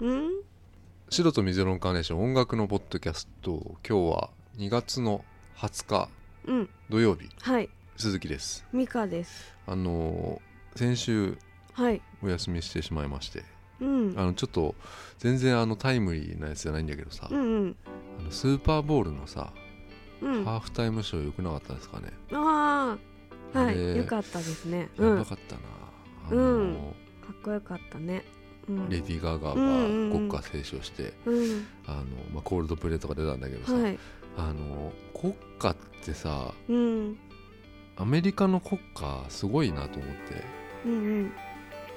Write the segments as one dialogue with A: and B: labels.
A: うん
B: 白と水色のカーネーション音楽のポッドキャスト今日は2月の20日
A: うん
B: 土曜日
A: はい
B: 鈴木です
A: ミカです
B: あのー先週
A: はい
B: お休みしてしまいまして
A: うん
B: あのちょっと全然あのタイムリーなやつじゃないんだけどさ、
A: うんうん
B: あのスーパーボールのさ、
A: うん
B: ハ
A: あ
B: ーフタイムショーよくなかったですかね、
A: あーは
B: あれ
A: いよかったですねう
B: や
A: ん
B: ば
A: か
B: かったなあのー
A: っこよかったねうん
B: レディー・ガーガ
A: うん
B: ー
A: うんう
B: が
A: ん
B: 国歌斉唱して、
A: うん
B: あのまあ、コールドプレイとか出たんだけどさ、
A: はい
B: あの国歌ってさ
A: うん
B: アメリカの国歌すごいなと思って
A: うんうん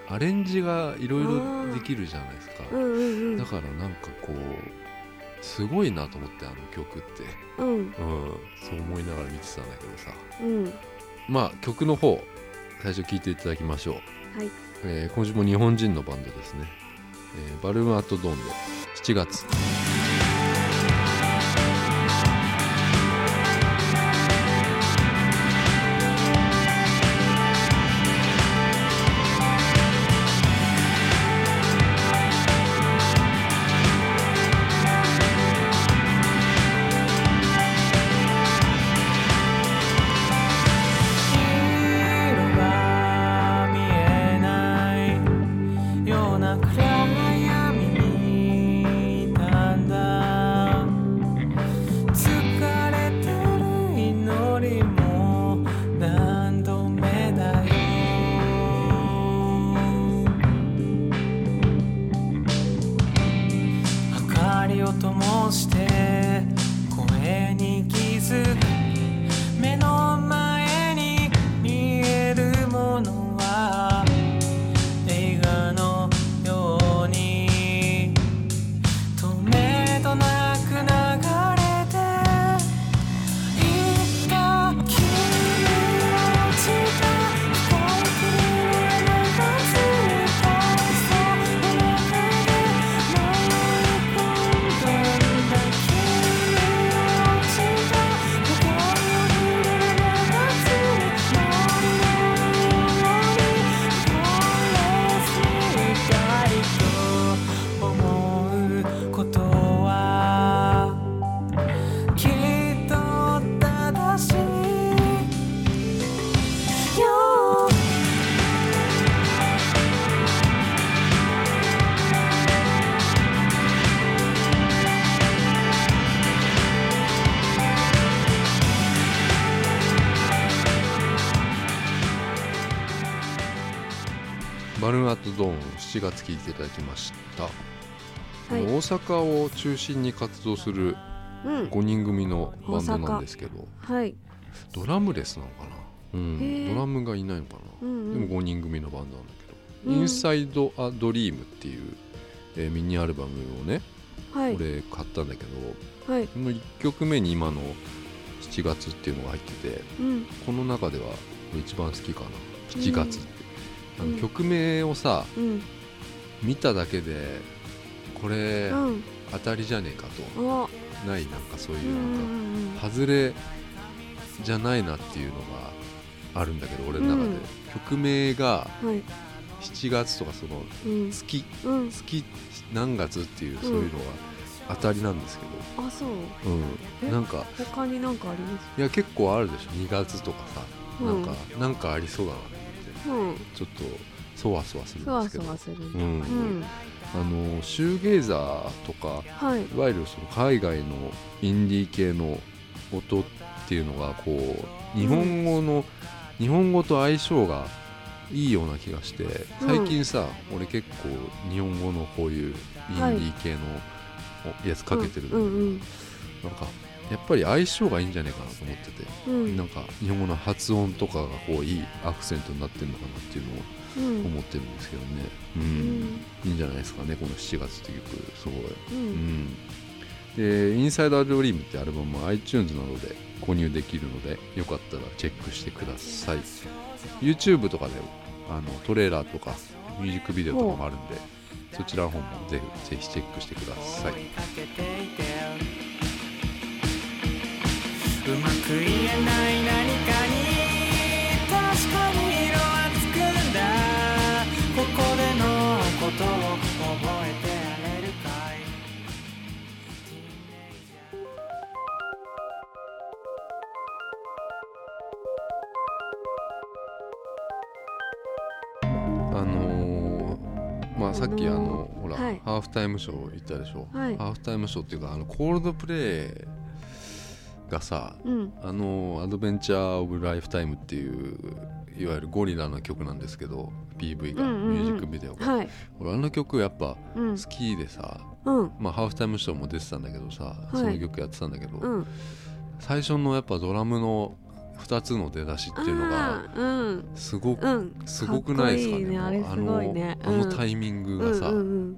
B: アレンジがいろい
A: あ
B: ろ
A: ー
B: できるじゃないですか、
A: うんうんう
B: だ
A: ん
B: からなんかこうすごいなと思ってあの曲って、
A: うん
B: うん、そう思いながら見てたんだけどさ
A: うん
B: まあ曲の方最初聴いていただきましょう、
A: はい
B: えー今週も日本人のバンドですね、えーバルーンアットドーンで7月
C: 色が見えないような暗闇にいたんだ疲れてる祈りも何度目だよ明かりを灯して声に気づく目の前に見えるものは映画のようにとめどなく流れていった気持ちが深く流すたその中で迷い込んだ気持ちが心に触れたつもりのように「思うことはきっと正しいよ」
B: バルーンアットドーン7月聴いていただきました、
A: い
B: 大阪を中心に活動する
A: うん
B: 5人組のバンドなんですけど
A: はい
B: ドラムレスなのかな、うん
A: へー
B: ドラムがいないのか
A: う
B: な、
A: んう
B: で
A: ん
B: も5人組のバンドなんだけど「
A: うん
B: インサイド・ア・ドリーム」っていう、えーミニアルバムをね
A: はい
B: 俺買ったんだけど
A: はい
B: この1曲目に今の「7月」っていうのが入ってて
A: うん
B: この中では一番好きかな「7月」って、
A: うん
B: あ
A: う
B: の
A: ん
B: 曲名をさ
A: うん
B: 見ただけでこれ
A: うん
B: 当たりじゃねえかと、
A: あ
B: ないなんかそう
A: う
B: い
A: んう
B: うんなん
A: う
B: か
A: ん
B: 外れじゃないなっていうのがあるんだけど俺の中で、
A: うん
B: 曲名が
A: はい
B: 7月とかその
A: うん
B: 月
A: うん
B: 月何月っていうそういうのが当たりなんですけ
A: あそう
B: ど、うん
A: え
B: なんか
A: 他になんかあります
B: いや結構あるでしょ2月とかさ、
A: うん
B: なんかなんかありそうだなって
A: うん
B: ちょっとそわそわす
A: そ
B: るんで
A: わ
B: すけ
A: そ
B: ど
A: わするん
B: う
A: だ
B: ん
A: うん
B: あのシューゲイザーとか
A: はい
B: いわゆるその海外のインディー系の音っていうのがこう日本語の、日本語と相性がいいような気がして最近さ、俺結構日本語のこういうインデ
A: はい
B: ィー系のおやつかけてる
A: う
B: んだけど、
A: んうん
B: なんかやっぱり相性がいいんじゃないかなと思ってて、
A: うんうん
B: なんか日本語の発音とかがこういいアクセントになってるのかなっていうの
A: う
B: を
A: ん
B: 思ってるんですけどね、うん
A: うん
B: いいんじゃないですかねこの7月っていう曲すごい。
A: うん
B: で「インサイダー・ドリーム」ってアルバムは iTunes などで購入できるのでよかったらチェックしてください YouTube とかであのトレーラーとかミュージックビデオとかもあるんでそちらの方もぜひぜひチェックしてください
C: 追いかけていてうまく言えない何かに確かに色はつくんだここでのことを覚えてやれ
B: まあさっきあのほら、
A: はい
B: ハーフタイムショー行ったでしょ、
A: はい
B: ハーフタイムショーっていうかあのコールドプレイがさ
A: うん
B: あの「アドベンチャー・オブ・ライフタイム」っていういわゆるゴリラの曲なんですけど PV が、
A: うんうんうん
B: ミュージックビデオが、
A: はい
B: 俺あの曲やっぱ
A: うん
B: 好きでさ、
A: うん
B: まあ、ハーフタイムショーも出てたんだけどさ、
A: い
B: その曲やってたんだけど、
A: うん
B: 最初のやっぱドラムの2つの出だしっていうのが
A: あーうん
B: すごく、
A: うん
B: すごくないですかね
A: っこいいね
B: もう
A: あれすごいね
B: あの,、
A: う
B: あ
A: ん
B: のタイミング
A: う
B: が
A: ん
B: さ、
A: うん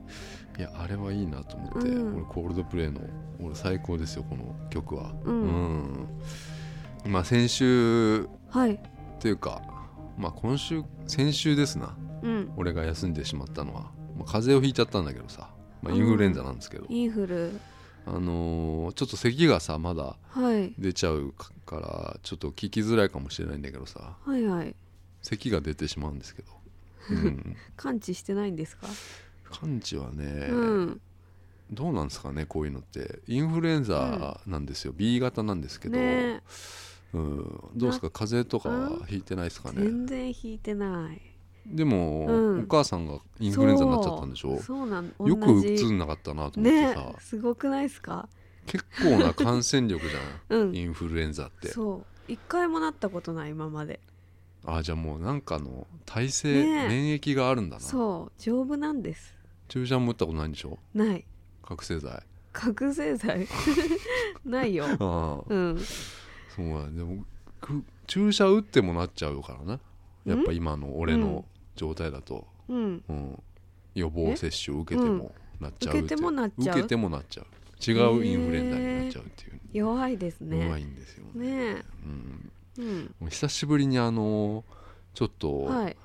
B: いやあれはいいなと思って、
A: うん
B: 俺コールドプレイの俺最高ですよこの曲は。
A: うん
B: うんまあ先週
A: はい
B: っていうか、まあ、今週先週ですな
A: うん
B: 俺が休んでしまったのは、まあ、風邪をひいちゃったんだけどさ、まあ、インフルエンザなんですけど、
A: インフル
B: あのーちょっと咳がさまだ
A: はい
B: 出ちゃうかからちょっと聞きづらいかもしれないんだけどさ
A: はいはい
B: 咳が出てしまうんですけど、 うん、
A: 完治してないんですか
B: 感知はね、
A: うん
B: どうなんですかねこういうのってインフルエンザなんですよ、B 型なんですけど、
A: ね
B: うん、どうですか風邪とかはひいてないですかね
A: 全然引いてない
B: でも、
A: うん
B: お母さんがインフルエンザになっちゃったんでし
A: そ
B: ょ
A: うそうなん
B: よく
A: 同じ
B: うつんなかったなと思って
A: ね
B: さ、
A: すごくないですか
B: 結構な感染力じゃ
A: うん ん
B: インフルエンザって
A: そう一回もなったことない今まで
B: あじゃあもうなんかの耐性、
A: ねえ
B: 免疫があるんだな
A: そう丈夫なんです
B: 注射も打ったことないんでしょ
A: ない
B: 覚醒剤あ
A: 覚醒剤 ないよ
B: あそ う
A: うん
B: だねでもく注射打ってもなっちゃうからなやっぱ今の俺の状態だと、
A: うん
B: うん予防接種を受けてもなっちゃうって
A: 受
B: いう
A: けてもなっちゃう
B: 受けてもなっちゃう違うインフルエンザになっちゃうっていう、
A: 弱いですね
B: 弱いんですよね
A: ね
B: うん、
A: えうん
B: もう久しぶりにあのちょっと、
A: はい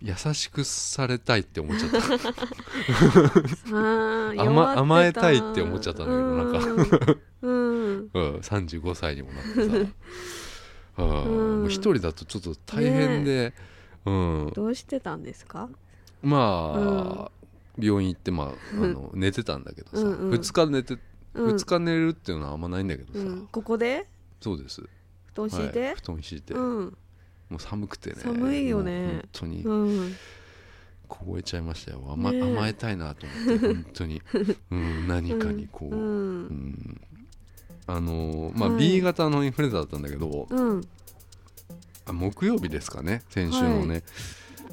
B: 優しくされたいって思っ ちゃった
A: あー
B: 甘
A: 弱
B: 甘えたいって思っちゃったんだけど
A: なんか うん
B: うん、35歳にもなって さうん
A: うん
B: もう一人だとちょっと大変で、うん、
A: どうしてたんですか
B: まあ、病院行って、まあ、あの寝てたんだけどさ、
A: うんうん
B: 2日寝て
A: うん
B: 2日寝るっていうのはあんまないんだけどさ、
A: うんここで
B: そうです、
A: 布団敷い
B: は
A: て
B: い布団敷いて、
A: うん
B: もう寒くてね
A: 寒いよね
B: もう本当に
A: うん
B: 凍えちゃいましたよ甘,、
A: ねえ
B: 甘えたいなと思って本当 に、うん、何かにこう、
A: うん
B: うんあのーまあ、
A: はい
B: B 型のインフルエンザだったんだけど、
A: うん
B: あ木曜日ですかね先週のね、
A: は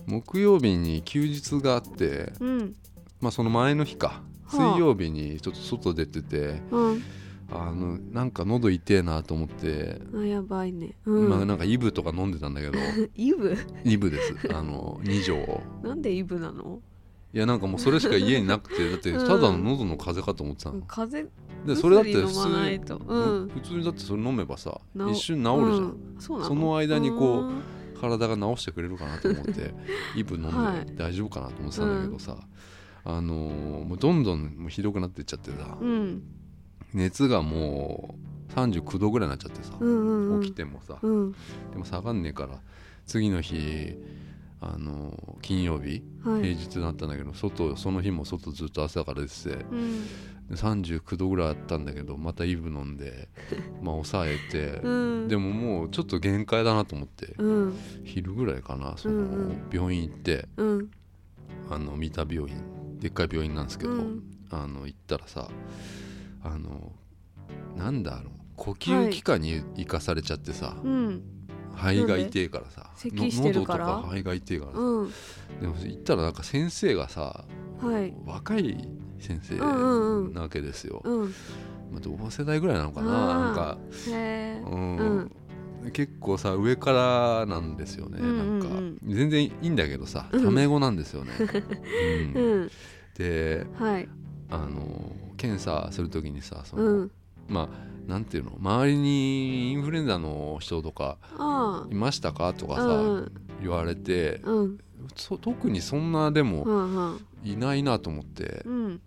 B: 木曜日に休日があって、
A: うん
B: まあ、その前の日か水
A: はあ
B: 曜日にちょっと外出てて
A: うん
B: あのなんか喉痛えなと思って、
A: あやばいねうん
B: まあ、なんかイブとか飲んでたんだけ ど
A: イブ
B: イブですあの2錠
A: なんでイブなの
B: いやなんかもうそれしか家になくてだってただの喉の風邪かと思ってたの、
A: 風邪
B: でそれだって
A: 薬
B: 普
A: 飲まな
B: 通
A: い
B: に
A: とうん
B: 普通にだってそれ飲めばさ
A: なお
B: 一瞬治るじゃん、
A: うんそうなの
B: その間にこう
A: うん
B: 体が治してくれるかなと思って イブ飲
A: は
B: ん
A: い
B: で大丈夫かなと思ってたんだけどさ、あのーもうどんどんもうひどくなっていっちゃってさ、
A: うん
B: 熱がもう39度ぐらいになっちゃってさ、
A: うんうんうん
B: 起きてもさ、
A: うん
B: でも下がんねえから次の日あのー金曜日
A: は
B: 平
A: い
B: 日だったんだけど外その日も外ずっと朝から出てて
A: うん
B: で39度ぐらいあったんだけどまたイブ飲 んでまあ抑えて、
A: うん
B: でももうちょっと限界だなと思って、
A: うん
B: 昼ぐらいかなそうの
A: ん
B: 病院行って
A: うん
B: あの三田病院でっかい病院なんですけど、
A: うん
B: あの行ったらさあのなんだろう呼吸器官に生かされちゃってさ、
A: うん
B: 肺が痛えからさ
A: 咳
B: の
A: して
B: 喉
A: る
B: と
A: から
B: か肺が痛えからさ、
A: うん
B: でも行ったらなんか先生がさ
A: はい
B: 若い先生
A: うんうんうん
B: なわけですよ、
A: うん
B: まあ、同世代ぐらいなのかな
A: あー
B: なんか、
A: へえ
B: うん
A: うん
B: 結構さ上からなんですよね、
A: うん
B: な
A: うんん
B: か全然いいんだけどさ
A: うん
B: タメ語なんで すよね。うん
A: うん
B: で
A: はい
B: あの検査する時にさその、
A: うん
B: まあなんていうの周りにインフルエンザの人とか
A: あ
B: いましたかとか
A: あ
B: さ、
A: うん
B: 言われて
A: うん
B: そ特にそんなで
A: う
B: も
A: ん
B: いないなと思って、
A: うん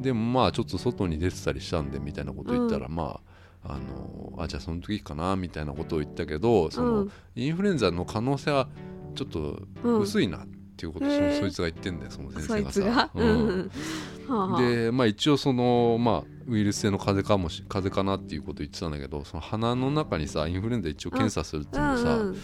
B: でもまあちょっと外に出てたりしたんでみたいなこと言ったら、
A: う
B: まああのあじゃあその時かなみたいなことを言ったけどそ
A: う
B: の、
A: ん
B: インフルエンザの可能性はちょっと
A: うん
B: 薄いなっていうことをその
A: へー
B: そいつが言ってんだよその先
A: そ
B: 生
A: い
B: が
A: つが
B: さ。
A: う
B: うん
A: んはあはあ
B: でまあ一応その、まあ、ウイルス性の風邪かもし風邪かなっていうことを言ってたんだけどその鼻の中にさインフルエンザ一応検査するっていうのをさ、
A: うんうん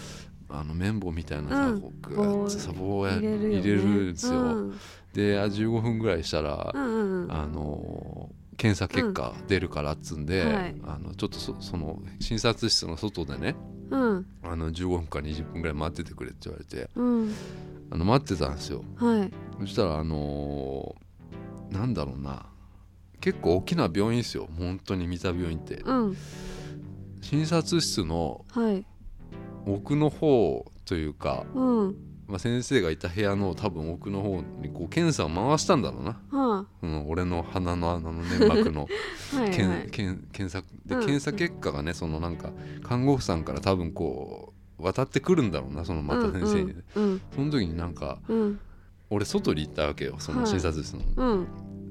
B: あの綿棒みたいなさ、
A: うん
B: こうグーッてさ棒や入れる,、んですよ、
A: うん
B: であ15分ぐらいしたら、
A: うんうん
B: あの検査結果出るからっつんで、
A: うんはい
B: あのちょっとそその診察室の外でね
A: うん
B: あの15分か20分ぐらい待っててくれって言われて
A: うん
B: あの待ってたんですよ
A: はい
B: そしたらあのーなんだろうな結構大きな病院ですよ本当に三田病院って
A: うん
B: 診察室の
A: はい
B: 奥の方というか、
A: うん
B: まあ、先生がいた部屋の多分奥の方にこう検査を回したんだろうな、
A: は
B: うん、俺の鼻の穴の粘膜の
A: あ はい
B: けん
A: はい
B: けん検索で
A: うん
B: 検査結果がねそのなんか看護婦さんから多分こう渡ってくるんだろうなそのまた先生にね、
A: うん
B: その時になんか
A: うん
B: 俺外に行ったわけよその診察室の、
A: うん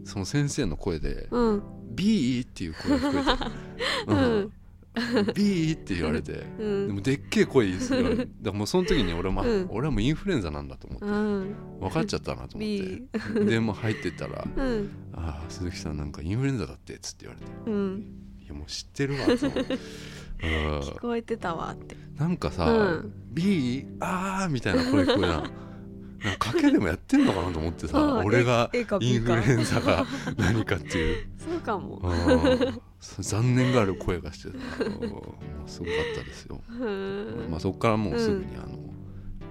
B: その先生の声で
A: うんうん
B: 「B」っていう声が聞こえて「
A: うん
B: うん B」って言われて。
A: う
B: で
A: ん
B: もでっけえ声ですよ。だからもうその時に俺も、
A: う
B: あ
A: ん
B: 俺はもうインフルエンザなんだと思って
A: うん
B: 分かっちゃったなと思っ
A: B
B: てでもう入ってったら
A: うん
B: 「ああ鈴木さんなんかインフルエンザだって」っつって言われて
A: うん
B: いやもう知ってるわと思ってうん
A: 聞こえてたわって
B: なんかさ、
A: う
B: B あーみたいな声聞こえななんか賭けでもやってんのかなと思ってさ
A: うん
B: 俺が
A: A- A か
B: イ
A: B
B: ンフ
A: か
B: ルエンザが何かっていう
A: そうかも
B: うんそう残念がある声がしてたうんもうすごかったですよ、
A: うん
B: まあ、そこからもうすぐにあの、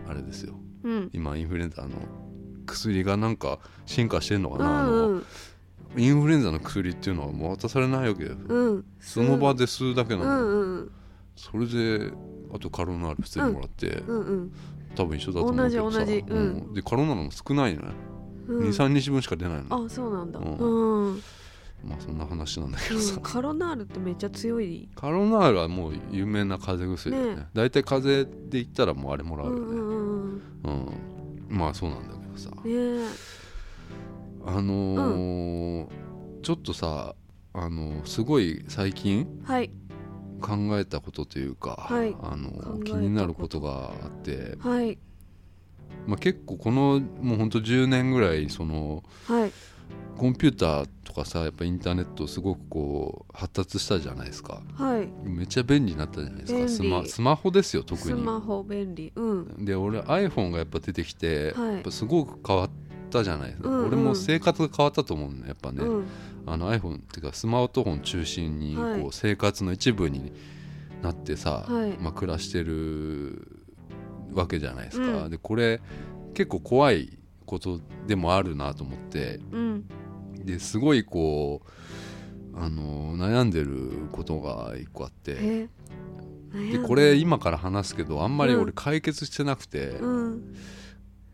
B: あれですよ
A: うん
B: 今インフルエンザの薬がなんか進化してんのか
A: う
B: な、あの
A: ん
B: インフルエンザの薬っていうのはもう渡されないわけよ、
A: うん
B: その場で吸うだけ
A: う
B: なの、
A: んうん
B: それであとカロナール普通にもらって、
A: うんうん
B: 多分一緒だと思うけど
A: 同じ
B: さ
A: 同じうん
B: でカロナールも少ないのね、
A: うん
B: 23日分しか出ないの
A: あそうなんだ
B: う
A: うんんうん
B: まあそんな話なんだけどさ、
A: カロナールってめっちゃ強い
B: カロナールはもう有名な風邪薬だよね
A: ね
B: 大体風邪で言ったらもうあれもら
A: う
B: うよ
A: ん
B: ね
A: う、んうん
B: うんまあそうなんだけどさ
A: うんね
B: あのーちょっとさあのーすごい最近
A: えはい
B: 考えたことというか、
A: はい
B: あのー
A: 考えたこと
B: 気になることがあって、
A: はい
B: まあ、結構このもうほんと10年ぐらいその
A: はい
B: コンピューターとかさやっぱインターネットすごくこう発達したじゃないですか
A: はい
B: めっちゃ便利になったじゃないですか
A: 便利
B: スマスマホですよ特
A: ス
B: に
A: マホ便利うん
B: で俺 iPhone がやっぱ出てきて、
A: はい
B: やっぱすごく変わったじゃないですか、
A: うんうん
B: 俺も生活が変わったと思うんだやっぱね、
A: うん
B: あの iPhone っていうかスマートフォン中心にこ
A: はいう
B: 生活の一部になってさ、
A: はい
B: まあ、暮らしてるわけじゃないですか、
A: うん
B: でこれ結構怖いことでもあるなと思って
A: うん
B: ですごいこうあの悩んでることが一個あって
A: え悩ん
B: で
A: だ
B: これ今から話すけどあんまり
A: うん
B: 俺解決してなくて、
A: うん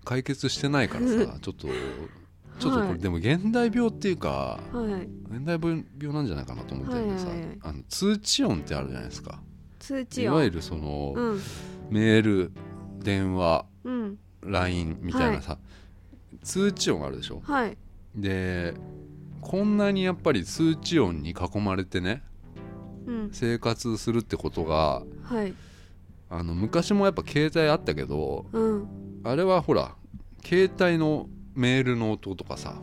B: 解決してないからさちょっとちょっとこ
A: は
B: れ
A: い
B: でも現代病っていうか
A: はい
B: 現代病なんじゃないかなと思ってるけどさ、
A: はいはいはい
B: あの通知音ってあるじゃないですか
A: 通知
B: い
A: 音
B: わゆるその、
A: うん
B: メール電話
A: うん
B: LINE みたいなさ、通知音あるでしょ
A: はい
B: でこんなにやっぱり通知音に囲まれてね
A: うん
B: 生活するってことが
A: はい
B: あの昔もやっぱ携帯あったけど
A: うん
B: あれはほら携帯のメールの音とかさ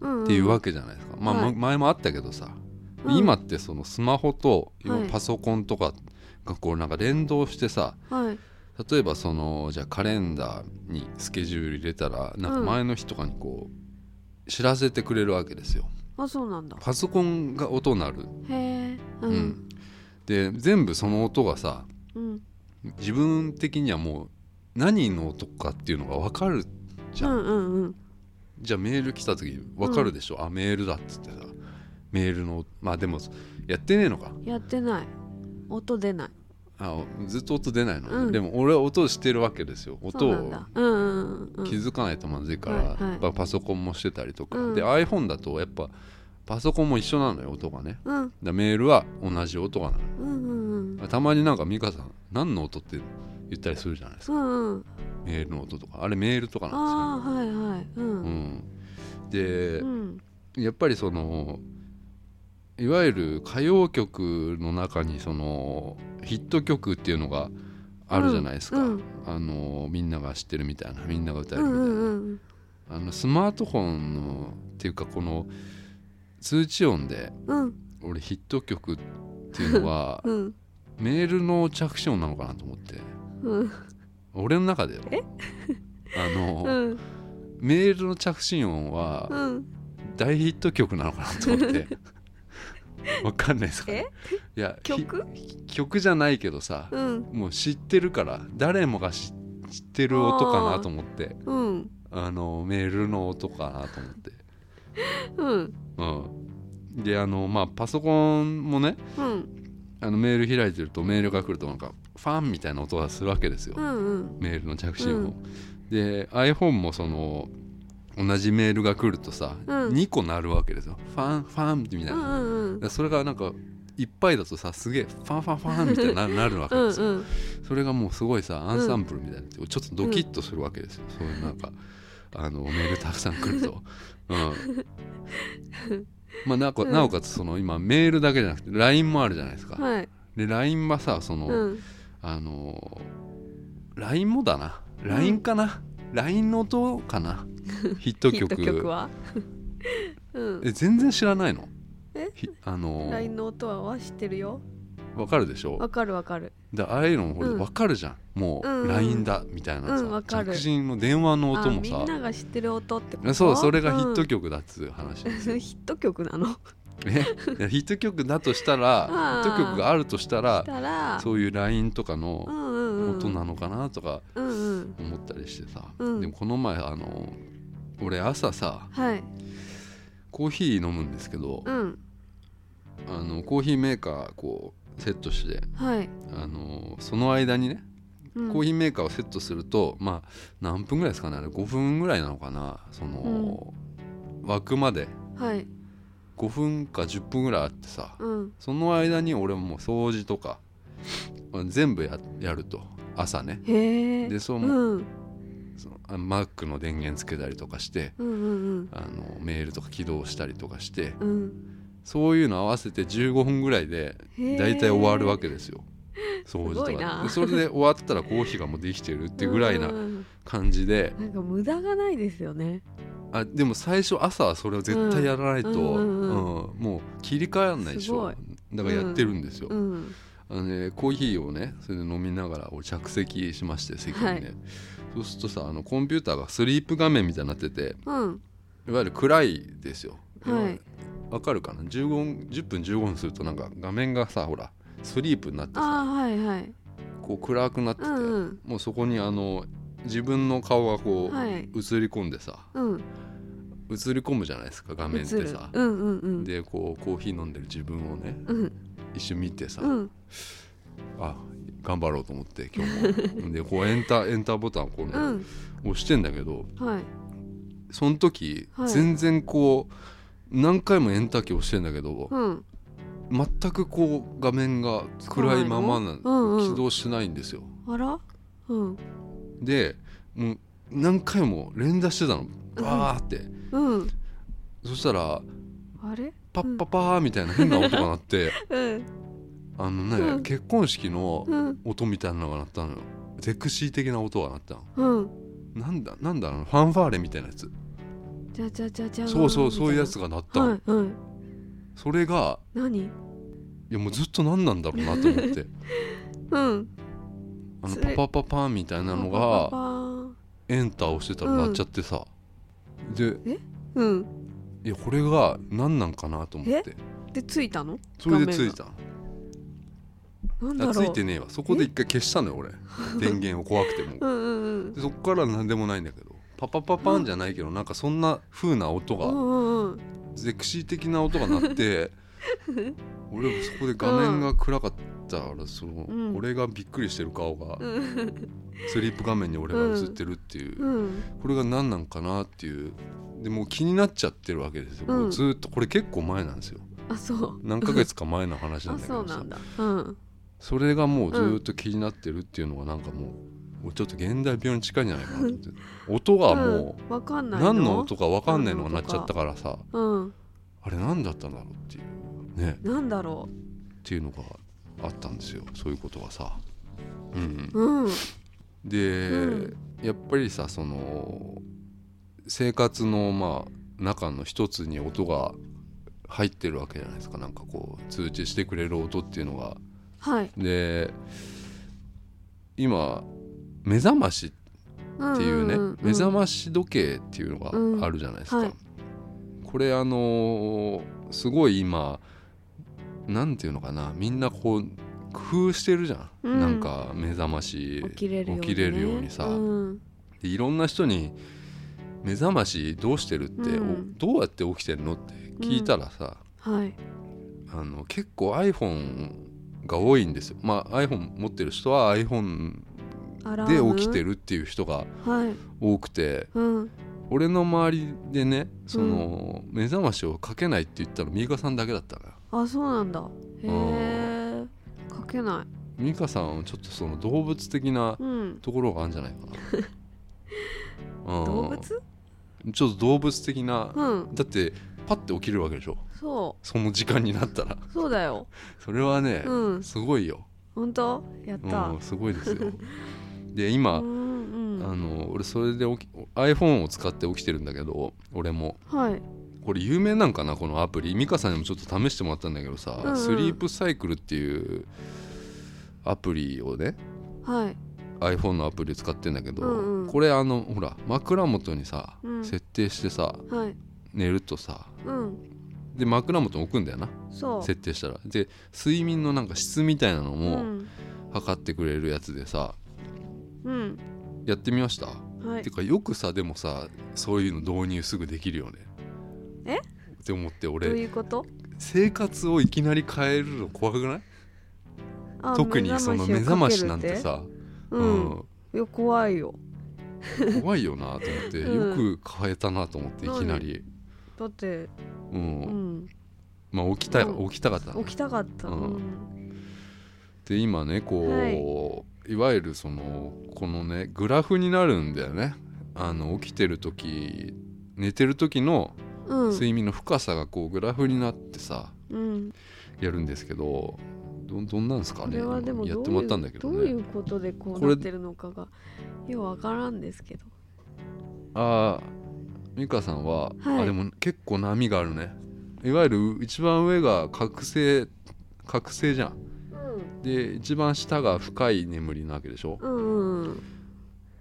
A: うん
B: っていうわけじゃないですか、まあ、
A: はい
B: 前もあったけどさ、
A: うん
B: 今ってそのスマホと要は
A: はい
B: パソコンとかがこうなんか連動してさ
A: はい
B: 例えばそのじゃあカレンダーにスケジュール入れたらなんか
A: うん
B: 前の日とかにこう知らせてくれるわけですよ
A: あそうなんだ
B: パソコンが音鳴る、
A: へえう
B: うんんで全部その音がさ
A: うん
B: 自分的にはもう何の音かっていうのが分かるじ
A: う
B: ゃん、
A: んうんうん
B: じゃあメール来た時分かるでしょ、あメールだっつってさメールのまあでもやってねえのか
A: やってない音出ない
B: あずっと音出ないのね、
A: うん
B: でも俺は音してるわけですよ
A: そ
B: 音
A: うなん
B: を
A: だうんうんうん
B: 気づかないとまずいから、
A: はいはい
B: やっぱパソコンもしてたりとか、
A: うん
B: で iPhone だとやっぱパソコンも一緒なのよ音がねだか
A: うん
B: らメールは同じ音がな
A: うんうんうん
B: るたまになんか美香さん何の音って言ったりするじゃないですか
A: うんうん
B: メールの音とかあれメールとかなん
A: ああはいはいうん
B: ですよ、うん、で、
A: うん
B: やっぱりそのいわゆる歌謡曲の中にそのヒット曲っていうのがあるじゃないですか、
A: うんうん
B: あのみんなが知ってるみたいなみんなが歌え
A: う
B: るみ
A: ん
B: たい
A: うん
B: な、あのスマートフォンのっていうかこの通知音で
A: うんうん
B: 俺ヒット曲 っていうのは
A: うん
B: メールの着信音なのかなと思って
A: うん
B: 俺の中でよ
A: え
B: あの、
A: うん
B: メールの着信音は
A: うん
B: 大ヒット曲なのかなと思って わかんないですかねいやひ
A: 曲
B: 曲じゃないけどさ、
A: うん
B: もう知ってるから誰もが知知ってる音かなと思って
A: うん
B: あのメールの音かなと思って
A: うん
B: うんであのまあパソコンもね
A: うん
B: あのメール開いてるとメールが来るとなんかファンみたいな音がするわけですよ、
A: うんうん
B: メールの着信音、で iPhone もその同じメールが来るとさ、
A: うん
B: 2個鳴るわけですよファンファンってみたい
A: うんう
B: な、
A: んうん
B: でそれがなんかいっぱいだとさすげえファンファンファンみたいにななるわけ
A: うん
B: ですよ、
A: うん
B: それがもうすごいさアンサンブルみたいになってちょっとドキッとするわけですよ、そういうなんかあのメールたくさん来 ると。うんまあ、なおか
A: うん
B: なおかつその今メールだけじゃなくて LINE もあるじゃないですか。
A: はい
B: で LINE はさその、
A: うん
B: あの LINE もだな LINE かな、LINE の音 かなヒット
A: ヒッ
B: 曲
A: ト曲はうん
B: え全然知らないの
A: え
B: ひあの
A: LINE の音はは知ってるよ
B: わかるでしょ
A: わかるわかる
B: でああいうのもほら
A: うん
B: わかるじゃん、も
A: うんう
B: うん LINE だみたいなさ、
A: うんわかる
B: 着信の電話の音
A: あ
B: も
A: みんな
B: さ
A: が知ってる音ってこと
B: そうそれがヒット
A: 曲、
B: 曲だっつう話、
A: うん ヒット曲なの
B: えいやヒット曲だとしたらヒ
A: あ
B: ッ
A: ー
B: ト曲が あるとしたら
A: たら
B: そういう LINE とかの
A: うんうんうん
B: 音なのかなとか
A: うんうん
B: 思ったりしてさ、
A: うん
B: でもこの前あの俺朝さ
A: はい
B: コーヒー飲むんですけど、
A: うん
B: あのコーヒーメーカーこうセットして
A: はい、
B: あのその間にね
A: うん、
B: コーヒーメーカーをセットすると、まあ何分ぐらいですかねあれ5分ぐらいなのかなその、枠まで
A: はい
B: 5分か10分ぐらいあってさ
A: うん
B: その間に俺もう掃除とか全部ややると朝ね
A: へえ
B: でそう
A: う
B: も
A: んうん
B: そのあマックの電源つけたりとかして
A: うん
B: あのメールとか起動したりとかして
A: うんうん
B: そういうの合わせて15分ぐらいで
A: へえ
B: 大体終わるわ けですよ掃除
A: すご
B: と
A: い
B: か
A: な
B: でそれで終わったらコーヒーがもうできてるっていうぐらいな
A: うんうん
B: 感じで
A: なんか無駄がないですよね
B: あでも最初朝はそれを絶対やらないと、う
A: うんんうんうん
B: もう切り替えらんないでし
A: すご
B: ょ
A: い
B: だからやってるんですよ、
A: うん
B: あのね、コーヒーをねそれで飲みながら俺着席しまして席にね、
A: はい
B: そうするとさあのコンピューターがスリープ画面みたいになってて
A: うん
B: いわゆる暗いですよ
A: はい
B: わかるかな15分10分15分するとなんか画面がさほらスリープになってさ
A: あーはいはい
B: こう暗くなってて、
A: うんうん
B: もうそこにあの自分の顔がこう、
A: はい
B: 映り込んでさ
A: うん
B: 映り込むじゃないですか画面っ
A: 映
B: て
A: る
B: さ、
A: うんうんうん
B: でこうコーヒー飲んでる自分をね
A: うん
B: 一瞬見てさ、
A: うん
B: あ頑張ろうと思って今日もでこうエン ターエンターボタンをこうね、
A: うん
B: 押してんだけど
A: はい
B: その時、
A: はい
B: 全然こう何回もエンターキー押してんだけど、
A: うん
B: 全くこう画面が暗いままな
A: つかないのうんうん
B: 起動しないんですよ。
A: あらうん
B: でもう何回も連打してたのバーって、
A: うん
B: そしたら
A: あれ
B: パッパパーみたいな変な音が鳴って、
A: うん
B: あのね、
A: うん
B: 結婚式の
A: うん
B: 音みたいなのが鳴ったのよゼクシー的な音が鳴ったの
A: うん
B: なんだなんだあのファンファーレみたいなやつ
A: じゃじゃじゃじゃーん
B: そうそうそういうや
A: み
B: つが鳴っ
A: た
B: た
A: い
B: の、
A: なはいはい
B: それが
A: 何
B: いやもうずっと何なんだろうなと思って
A: うん
B: あの
A: それ
B: パパパパーンみたいなの
A: パパパ
B: がエンター押してたら鳴っちゃってさ、で
A: ーうん
B: いやこれが何なんかなと思って
A: でついたの
B: それでついた
A: な
B: の
A: ん
B: あ
A: だ
B: つ
A: ろう
B: いてねえわそこで一回消したのよ 俺電源を怖くても
A: うんうん
B: でそっから何でもないんだけどパパパパンじゃないけど、なんかそんな風な音
A: うんう
B: が、
A: んうんうん
B: ゼクシー的な音が鳴って 俺もそこで画面が暗かったからその、
A: うん
B: 俺がびっくりしてる顔が、
A: うん
B: スリープ画面に俺が映ってるっていう、
A: うん
B: これが何なんかなっていうでもう気になっちゃってるわけですよ、
A: うん
B: もうずーっとこれ結構前なんですよ
A: あそう
B: 何ヶ月か前の話なん
A: あ
B: だけ
A: そ
B: ど
A: うな
B: さ
A: んだうん
B: それがもうずーっと気になってるっていうのがなんかもうちょっと現代病に近いんじゃないかなと思って音がも
A: うんわかん
B: う
A: ない
B: 何の音か分かんないのが鳴っちゃったからさ
A: うん
B: あれ何だったんだろうっていうね
A: なんだろ
B: っていうのがあったんですよそういうことがさ。うん、
A: ううん
B: で、
A: う
B: やっぱりさその生活のまあ中の一つに音が入ってるわけじゃないですかなんかこう通知してくれる音っていうのが。
A: はい
B: で今目覚まし
A: うん
B: っていうね、
A: んん
B: 目覚まし時計っていうのがあるじゃないですか、
A: うんはい
B: これあのーすごい今なんていうのかなみんなこう工夫してるじゃん、
A: うん
B: なんか目覚まし
A: 起きれるように、ね、
B: 起きれるようにさ
A: うん
B: でいろんな人に「目覚ましどうしてるって、
A: うん
B: おどうやって起きてるの?」って聞いたらさ、
A: はい
B: あの結構 iPhone が多いんですよ、まあ、iPhone 持ってる人は iPhone
A: アラ
B: で
A: ーム
B: 起きてるっていう人が
A: はい
B: 多くて
A: うん
B: 俺の周りでねその、目覚ましをかけないって言ったのミカさんだけだったな
A: あそうなんだへえかけな
B: ミカさんはちょっとその動物的ない
A: うん
B: ところがあるんじゃないか な、うん、
A: 動物
B: ちょっと動物的な、
A: うん
B: だってパッて起きるわけでしょ
A: そ
B: その時間になったら
A: うそうだよ
B: それはね、
A: うん
B: すごいよ、
A: 本当やった
B: うん、すごいですよ で今、
A: うんう
B: あ
A: ん
B: の俺それで起き iPhone を使って起きてるんだけど俺も
A: はい
B: これ有名なんかなこのアプリ美香さんにもちょっと試してもらったんだけどさ、
A: うんうん
B: スリープサイクルっていうアプリをね
A: はい
B: iPhone のアプリを使ってんだけど、
A: うんうん
B: これあのほら枕元にさ、
A: うん
B: 設定してさ
A: はい
B: 寝るとさ
A: うん
B: で枕元に置くんだよな
A: そう
B: 設定したらで睡眠のなんか質みたいなの
A: う
B: も
A: ん
B: 測ってくれるやつでさ
A: うん
B: やってみました、
A: はい
B: てかよくさでもさそういうの導入すぐできるよね
A: え
B: って思って
A: どう
B: 俺
A: いうこと
B: 生活をいきなり変えるの怖くない
A: あ
B: 特にその目覚ましなんてさ、
A: 目覚ましをかけるってうんいや怖いよ
B: うん怖いよなと思って、
A: うん
B: よく変えたなと思っていきなり、
A: だって
B: う
A: うんん
B: まあ、起きたい
A: うん
B: 起きたかったな
A: 起きたかった
B: う
A: うんん
B: で今ねこう、い、わゆるそのこのねグラフになるんだよねあの起きてる時寝てる時の
A: うん
B: 睡眠の深さがこうグラフになってさ
A: うん
B: やるんですけどどどんなんですか
A: こ
B: ね
A: れはでも
B: や
A: ど
B: っ
A: う
B: てもら
A: い
B: っ
A: う
B: たんだけど
A: どうい
B: ね
A: うことでこ
B: こ
A: う
B: れ
A: なってるのかがようわからんですけど
B: ああ美香さんは、
A: はい
B: あでも結構波があるねいわゆる一番上が覚醒覚醒じゃん
A: うん
B: で一番下が深い眠りなわけでしょ
A: うんうん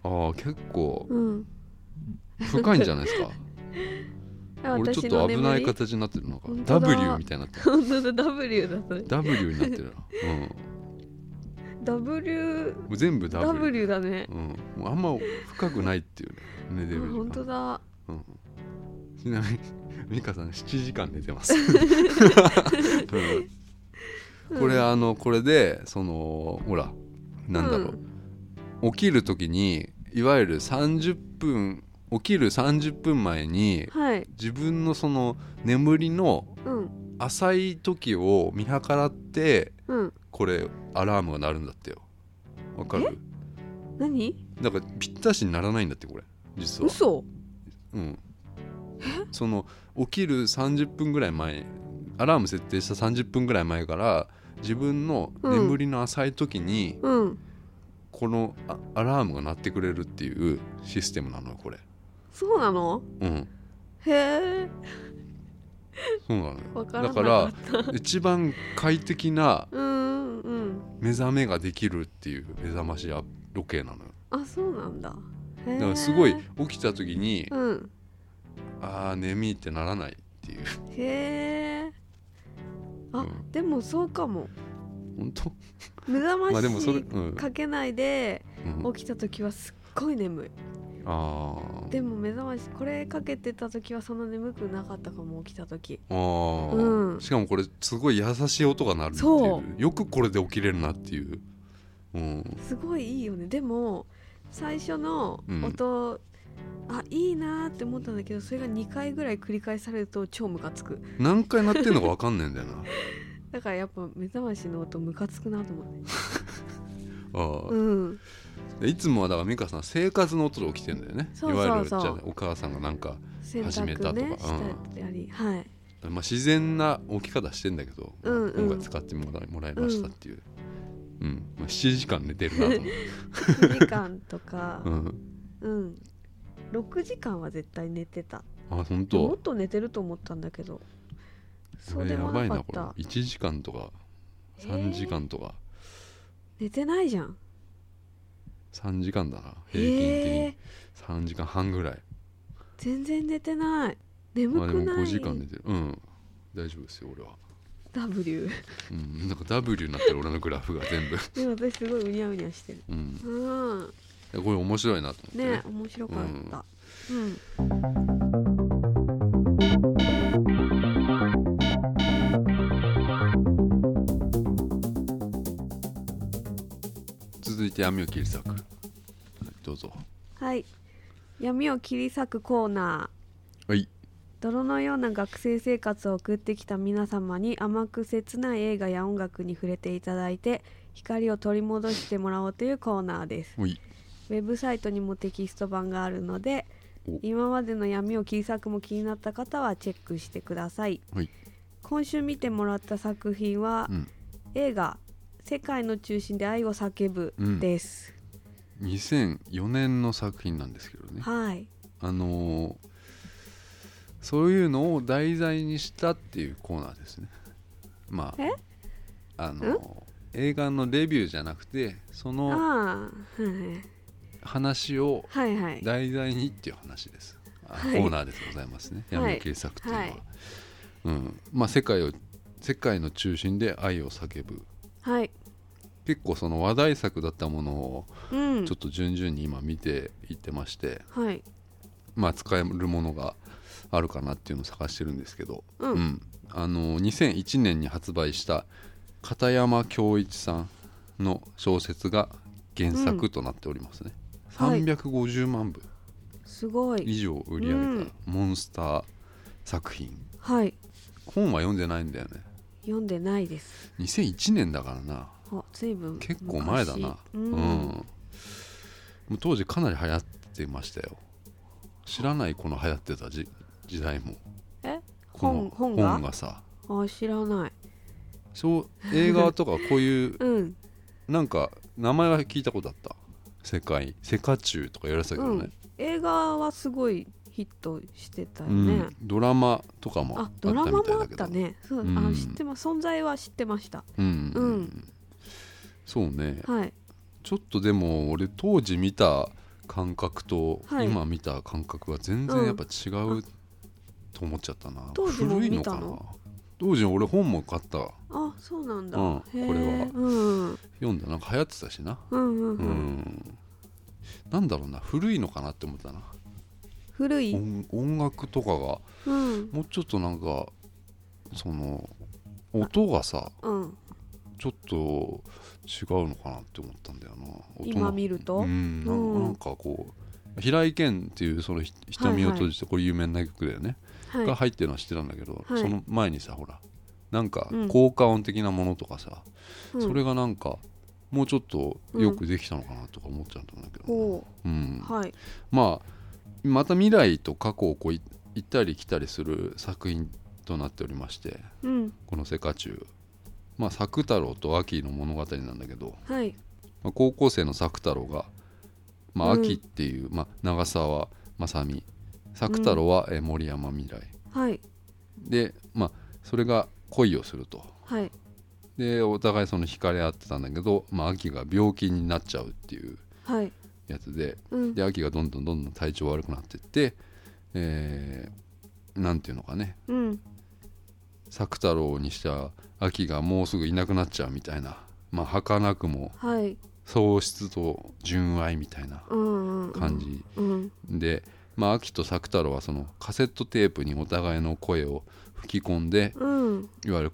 B: ああ結構
A: うん
B: 深いんじゃないですか
A: あ
B: 俺ちょ っ
A: 私
B: と
A: の
B: 危
A: 眠
B: ない
A: り
B: 形になってるのか
A: 本当だ
B: W みたいになってる
A: 本当だ W だそれ
B: W になってるな、うん、も
A: W
B: う全部 W,
A: W だね
B: うん、もうあんま深くないっていうね寝て
A: あ
B: る時間
A: 本当だ
B: うん、ちなみに美香さん7時間寝て ます、 うんこれ
A: うん
B: あのこれでそのほらなんだろう、起きる時にいわゆる30分起きる30分前に
A: はい
B: 自分のその眠りの
A: うん
B: 浅い時を見計らって
A: うん
B: これアラームが鳴るんだってよわかる
A: 何
B: だからぴったしにならないんだってこれ実は
A: 嘘
B: うん、その起きる30分ぐらい前アラーム設定した30分ぐらい前から自分の眠りの浅い時に、
A: うん
B: このあアラームが鳴ってくれるっていうシステムなのよこれ
A: そうなの
B: うん
A: へえ
B: そうなのよ
A: わからな
B: だか
A: からった
B: 一番快適な
A: うんうん
B: 目覚めができるっていう目覚ましや時計なのよ
A: あそうなんだへえ
B: だからすごい起きた時に、
A: うん
B: ああ眠いってならないっていう
A: へえあ、
B: うん
A: でもそうかも
B: 本当
A: 目覚まし、
B: まあでもそれ、うん
A: かけないで
B: うん、あ
A: 起きた時はすっごい眠い
B: あー
A: でも目覚ましこれかけてた時はそんな眠くなかったかも起きた時
B: あー
A: うん
B: しかもこれすごい優しい音が鳴るってい
A: そう
B: よくこれで起きれるなっていう、うん、
A: すごいいいよねでも最初の音、あいいなーって思ったんだけどそれが2回ぐらい繰り返されると超ムカつく
B: 何回鳴ってんのか分かんないんだよな
A: だからやっぱ目覚ましの音ムカつくなと思って
B: あー
A: うん
B: いつもはだから美香さん生活の音で起きてんだよね
A: そうそうそう
B: いわゆるじゃあお母さんがなんか、
A: 洗
B: 始めた
A: 濯
B: とか
A: ね
B: うん
A: したり はい
B: まあ、自然な起き方してんだけど、
A: うんうん
B: 今回使ってもらいもらいましたっていう、うんまあ、7時間寝てるなと思
A: 1時間とか、
B: う、うん、
A: うん6時間は絶対寝てた
B: あ本
A: もっ
B: 当
A: と寝てると思ったんだけどそ
B: こ
A: う
B: れ
A: で
B: や
A: も
B: ば
A: ないか
B: な
A: っ
B: これ
A: た
B: 1時間とか3時間とか、
A: 寝てないじゃん
B: 3時間だな
A: え
B: 平均的に
A: え
B: 3時間半ぐらい
A: 全然寝てない眠
B: まあで
A: く
B: も
A: ない
B: 5時間寝てるうん大丈夫ですよ俺は
A: W
B: うんなんか W になってる俺のグラフが全部
A: でも私すごいうにゃうにゃしてる
B: うん
A: うん
B: いやこれ面白いなと思ってね
A: ね面白かったうん、
B: 続いて闇を切り裂くはいどうぞ
A: はい闇を切り裂くコーナー
B: はい
A: 泥のような学生生活を送ってきた皆様に甘く切ない映画や音楽に触れていただいて光を取り戻してもらおうというコーナーです
B: おい
A: ウェブサイトにもテキスト版があるので
B: お
A: 今までの闇を切り裂くも気になった方はチェックしてください
B: はい
A: 今週見てもらった作品は
B: うん
A: 映画「世界の中心で愛を叫ぶ」です、
B: 2004年の作品なんですけどね
A: はい
B: あのーそういうのを題材にしたっていうコーナーですねま
A: え
B: ああのー映画のレビューじゃなくてその
A: ああ
B: 話を
A: はいはいはい
B: 題材にっていう話です、あ
A: はい
B: コーナーでございますね
A: はい
B: 闇の警作というのは、
A: はい
B: うんまあ、世界を世界の中心で愛を叫ぶ
A: はい
B: 結構その話題作だったものを
A: うん
B: ちょっと順々に今見ていってまして、
A: はい
B: まあ、使えるものがあるかなっていうのを探してるんですけど、
A: うん
B: あの2001年に発売した片山恭一さんの小説が原作となっておりますね、
A: うんはい
B: 350万部
A: すごい
B: 以上売り上げたモンスター作品、
A: はい
B: 本は読んでないんだよね
A: 読んでないです
B: 2001年だからな
A: あ随分昔
B: 結構前だな
A: うん、
B: もう当時かなり流行ってましたよ知らないこの流行ってた時時代も
A: え
B: この
A: 本本が
B: さ
A: あ知らない
B: そう映画とかこういう
A: うん
B: なんか名前は聞いたことあった世界世界中とか言われてたけどね、
A: 映画はすごいヒットしてたよ
B: うん
A: ね、
B: ドラマとかもあ
A: あ
B: った
A: ド
B: み
A: ラ
B: たいだけ
A: マもあ
B: ど
A: ったねそう、
B: う
A: あ
B: ん
A: 知ってます存在は知ってました
B: うん、
A: う
B: そうね
A: はい
B: ちょっとでも俺当時見た感覚と
A: はい
B: 今見た感覚は全然やっぱ違ううと思っちゃったな、
A: 当時も
B: 古いの
A: 見た
B: か
A: の
B: な当時俺本も買った
A: あそうなんだ、
B: うん
A: へー
B: これは
A: うん
B: 読んだなんか流行ってたしな
A: うんうん
B: う、
A: うんん
B: なんだろうな古いのかなって思ったな
A: 古い
B: 音音楽とかが
A: うん
B: もうちょっとなんかその音がさ
A: うん
B: ちょっと違うのかなって思ったんだよな音の
A: 今見ると
B: うんな
A: うん
B: なんかこう平井堅っていうそのひ瞳を閉じてこれ有名な曲だよね、
A: はい
B: が入ってるのは知ってたんだけど、
A: はい
B: その前にさほらなんか
A: うん
B: 効果音的なものとかさ、
A: うん
B: それがなんかもうちょっとよくできたのかなとか思っちゃったんだけどな、
A: ほ
B: うん
A: うはい
B: まあまた未来と過去をこうい行ったり来たりする作品となっておりまして
A: うん
B: この「世界中」まあ作太郎と秋の物語なんだけど、
A: はい
B: まあ高校生の作太郎が、まあ、
A: うん
B: 秋っていう、まあ、長澤まさみ作太郎は、えー森山未来
A: はい
B: でまあそれが恋をすると
A: はい
B: でお互いその惹かれ合ってたんだけど、まあ、秋が病気になっちゃうっていう
A: はい
B: やつで
A: うん
B: で秋がどんどんどんどん体調悪くなってって、えーなんていうのかね
A: うん
B: 作太郎にしては秋がもうすぐいなくなっちゃうみたいなまあ儚くも
A: はい
B: 喪失と純愛みたいな
A: うんうん
B: 感じ
A: うん
B: で、まあ、秋と作太郎はそのカセットテープにお互いの声を吹き込んで
A: うん
B: いわゆる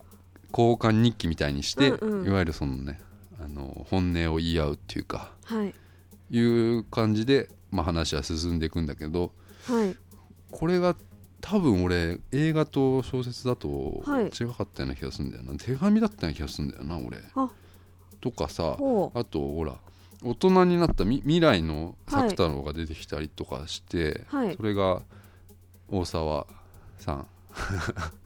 B: 交換日記みたいにして、
A: うんうん
B: いわゆるそのねあの本音を言い合うっていうか
A: はい
B: いう感じで、まあ、話は進んでいくんだけど
A: はい
B: これが多分俺映画と小説だと
A: はい
B: 違かったような気がするんだよな、手紙だったような気がするんだよな俺
A: あ
B: とかさ
A: ほう
B: あとほら大人になったみ未来の作太郎が出てきたりとかして、
A: はい
B: それが大沢さん